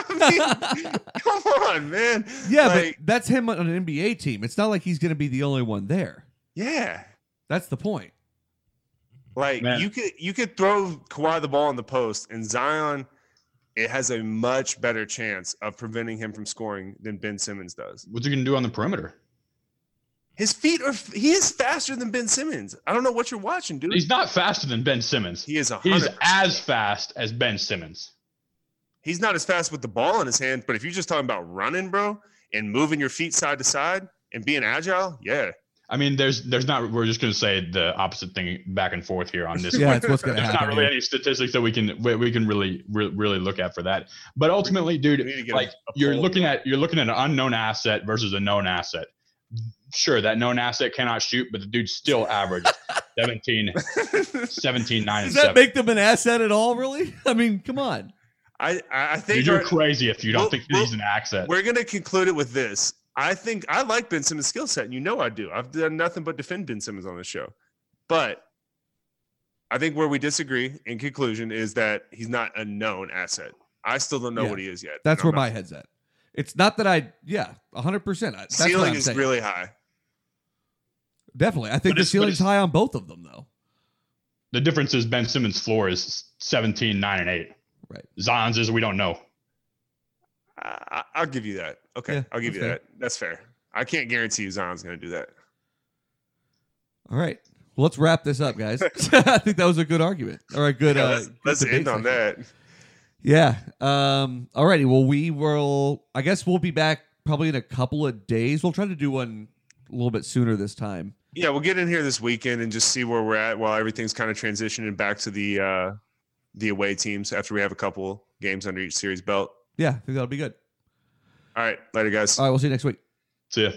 [SPEAKER 3] mean,
[SPEAKER 2] yeah,
[SPEAKER 3] come on, man.
[SPEAKER 2] but
[SPEAKER 3] Like,
[SPEAKER 2] that's him on an NBA team. It's not like he's going to be the only one there.
[SPEAKER 3] yeah.
[SPEAKER 2] That's the point.
[SPEAKER 3] Like
[SPEAKER 1] Man.
[SPEAKER 3] you could you could throw Kawhi the ball in the post, and Zion, it has a much better chance of preventing him from scoring than Ben Simmons does.
[SPEAKER 1] What's he gonna do on the perimeter?
[SPEAKER 3] His feet are f- he is faster than Ben Simmons. I don't know what you're watching, dude.
[SPEAKER 1] He's not faster than Ben Simmons.
[SPEAKER 3] he is a
[SPEAKER 1] He's
[SPEAKER 3] hundred.
[SPEAKER 1] as fast as Ben Simmons.
[SPEAKER 3] he's not as fast with the ball in his hand, but if you're just talking about running, bro, and moving your feet side to side and being agile, yeah.
[SPEAKER 1] I mean, there's there's not. We're just gonna say the opposite thing back and forth here on this.
[SPEAKER 2] Yeah, that's
[SPEAKER 3] *laughs*
[SPEAKER 2] what's going to
[SPEAKER 1] There's not
[SPEAKER 2] happen.
[SPEAKER 1] really
[SPEAKER 2] here.
[SPEAKER 1] any statistics that we can we, we can really, re- really look at for that. But ultimately,
[SPEAKER 3] We
[SPEAKER 1] dude,
[SPEAKER 3] need to get a-
[SPEAKER 1] like
[SPEAKER 3] a
[SPEAKER 1] you're
[SPEAKER 3] poll.
[SPEAKER 1] looking at you're looking at an unknown asset versus a known asset. Sure, that known asset cannot shoot, but the dude still averaged
[SPEAKER 2] *laughs*
[SPEAKER 1] 17, 17, 9, and
[SPEAKER 2] Does
[SPEAKER 1] 7.
[SPEAKER 2] that make them an asset at all? Really? *laughs* I mean, come on.
[SPEAKER 3] *laughs* I, I I think
[SPEAKER 1] Dude, you're
[SPEAKER 3] our-
[SPEAKER 1] crazy if you don't
[SPEAKER 3] Well,
[SPEAKER 1] think
[SPEAKER 3] well,
[SPEAKER 1] he's an asset.
[SPEAKER 3] we're gonna conclude it with this. I think I like Ben Simmons' skill set, and you know I do. I've done nothing but defend Ben Simmons on this show. But I think where we disagree in conclusion is that he's not a known asset. I still don't know
[SPEAKER 2] Yeah.
[SPEAKER 3] what he is yet.
[SPEAKER 2] That's
[SPEAKER 3] and
[SPEAKER 2] where
[SPEAKER 3] I'm not-
[SPEAKER 2] my head's at. It's not that I, yeah, 100%. I- That's what
[SPEAKER 3] ceiling
[SPEAKER 2] I'm
[SPEAKER 3] is
[SPEAKER 2] saying.
[SPEAKER 3] really high.
[SPEAKER 2] Definitely. I
[SPEAKER 1] But
[SPEAKER 2] think the
[SPEAKER 1] it's- but
[SPEAKER 2] ceiling's
[SPEAKER 1] it's-
[SPEAKER 2] high on both of them, though.
[SPEAKER 1] the difference is Ben Simmons' floor is 17, 9, and 8.
[SPEAKER 2] Right.
[SPEAKER 1] Zion's is we don't know.
[SPEAKER 3] I, I- I'll give you that. Okay,
[SPEAKER 2] Yeah,
[SPEAKER 3] I'll give
[SPEAKER 2] that's
[SPEAKER 3] you
[SPEAKER 2] fair.
[SPEAKER 3] that. That's fair. I can't guarantee you Zion's gonna do that.
[SPEAKER 2] All right. Well, let's wrap this up,
[SPEAKER 3] *laughs*
[SPEAKER 2] guys. *laughs* I think that was a good argument or a good.
[SPEAKER 3] Yeah,
[SPEAKER 2] uh,
[SPEAKER 3] let's
[SPEAKER 2] good
[SPEAKER 3] let's
[SPEAKER 2] debate
[SPEAKER 3] end on
[SPEAKER 2] section.
[SPEAKER 3] that.
[SPEAKER 2] Yeah. Um. All righty. Well, we will. I guess we'll be back probably in a couple of days. We'll try to do one a little bit sooner this time.
[SPEAKER 3] Yeah, we'll get in here this weekend and just see where we're at while everything's kind of transitioning back to the uh the away teams after we have a couple games under each series belt.
[SPEAKER 2] Yeah, I think that'll be good.
[SPEAKER 3] All right, later guys.
[SPEAKER 2] All right. We'll see you next week.
[SPEAKER 1] See ya.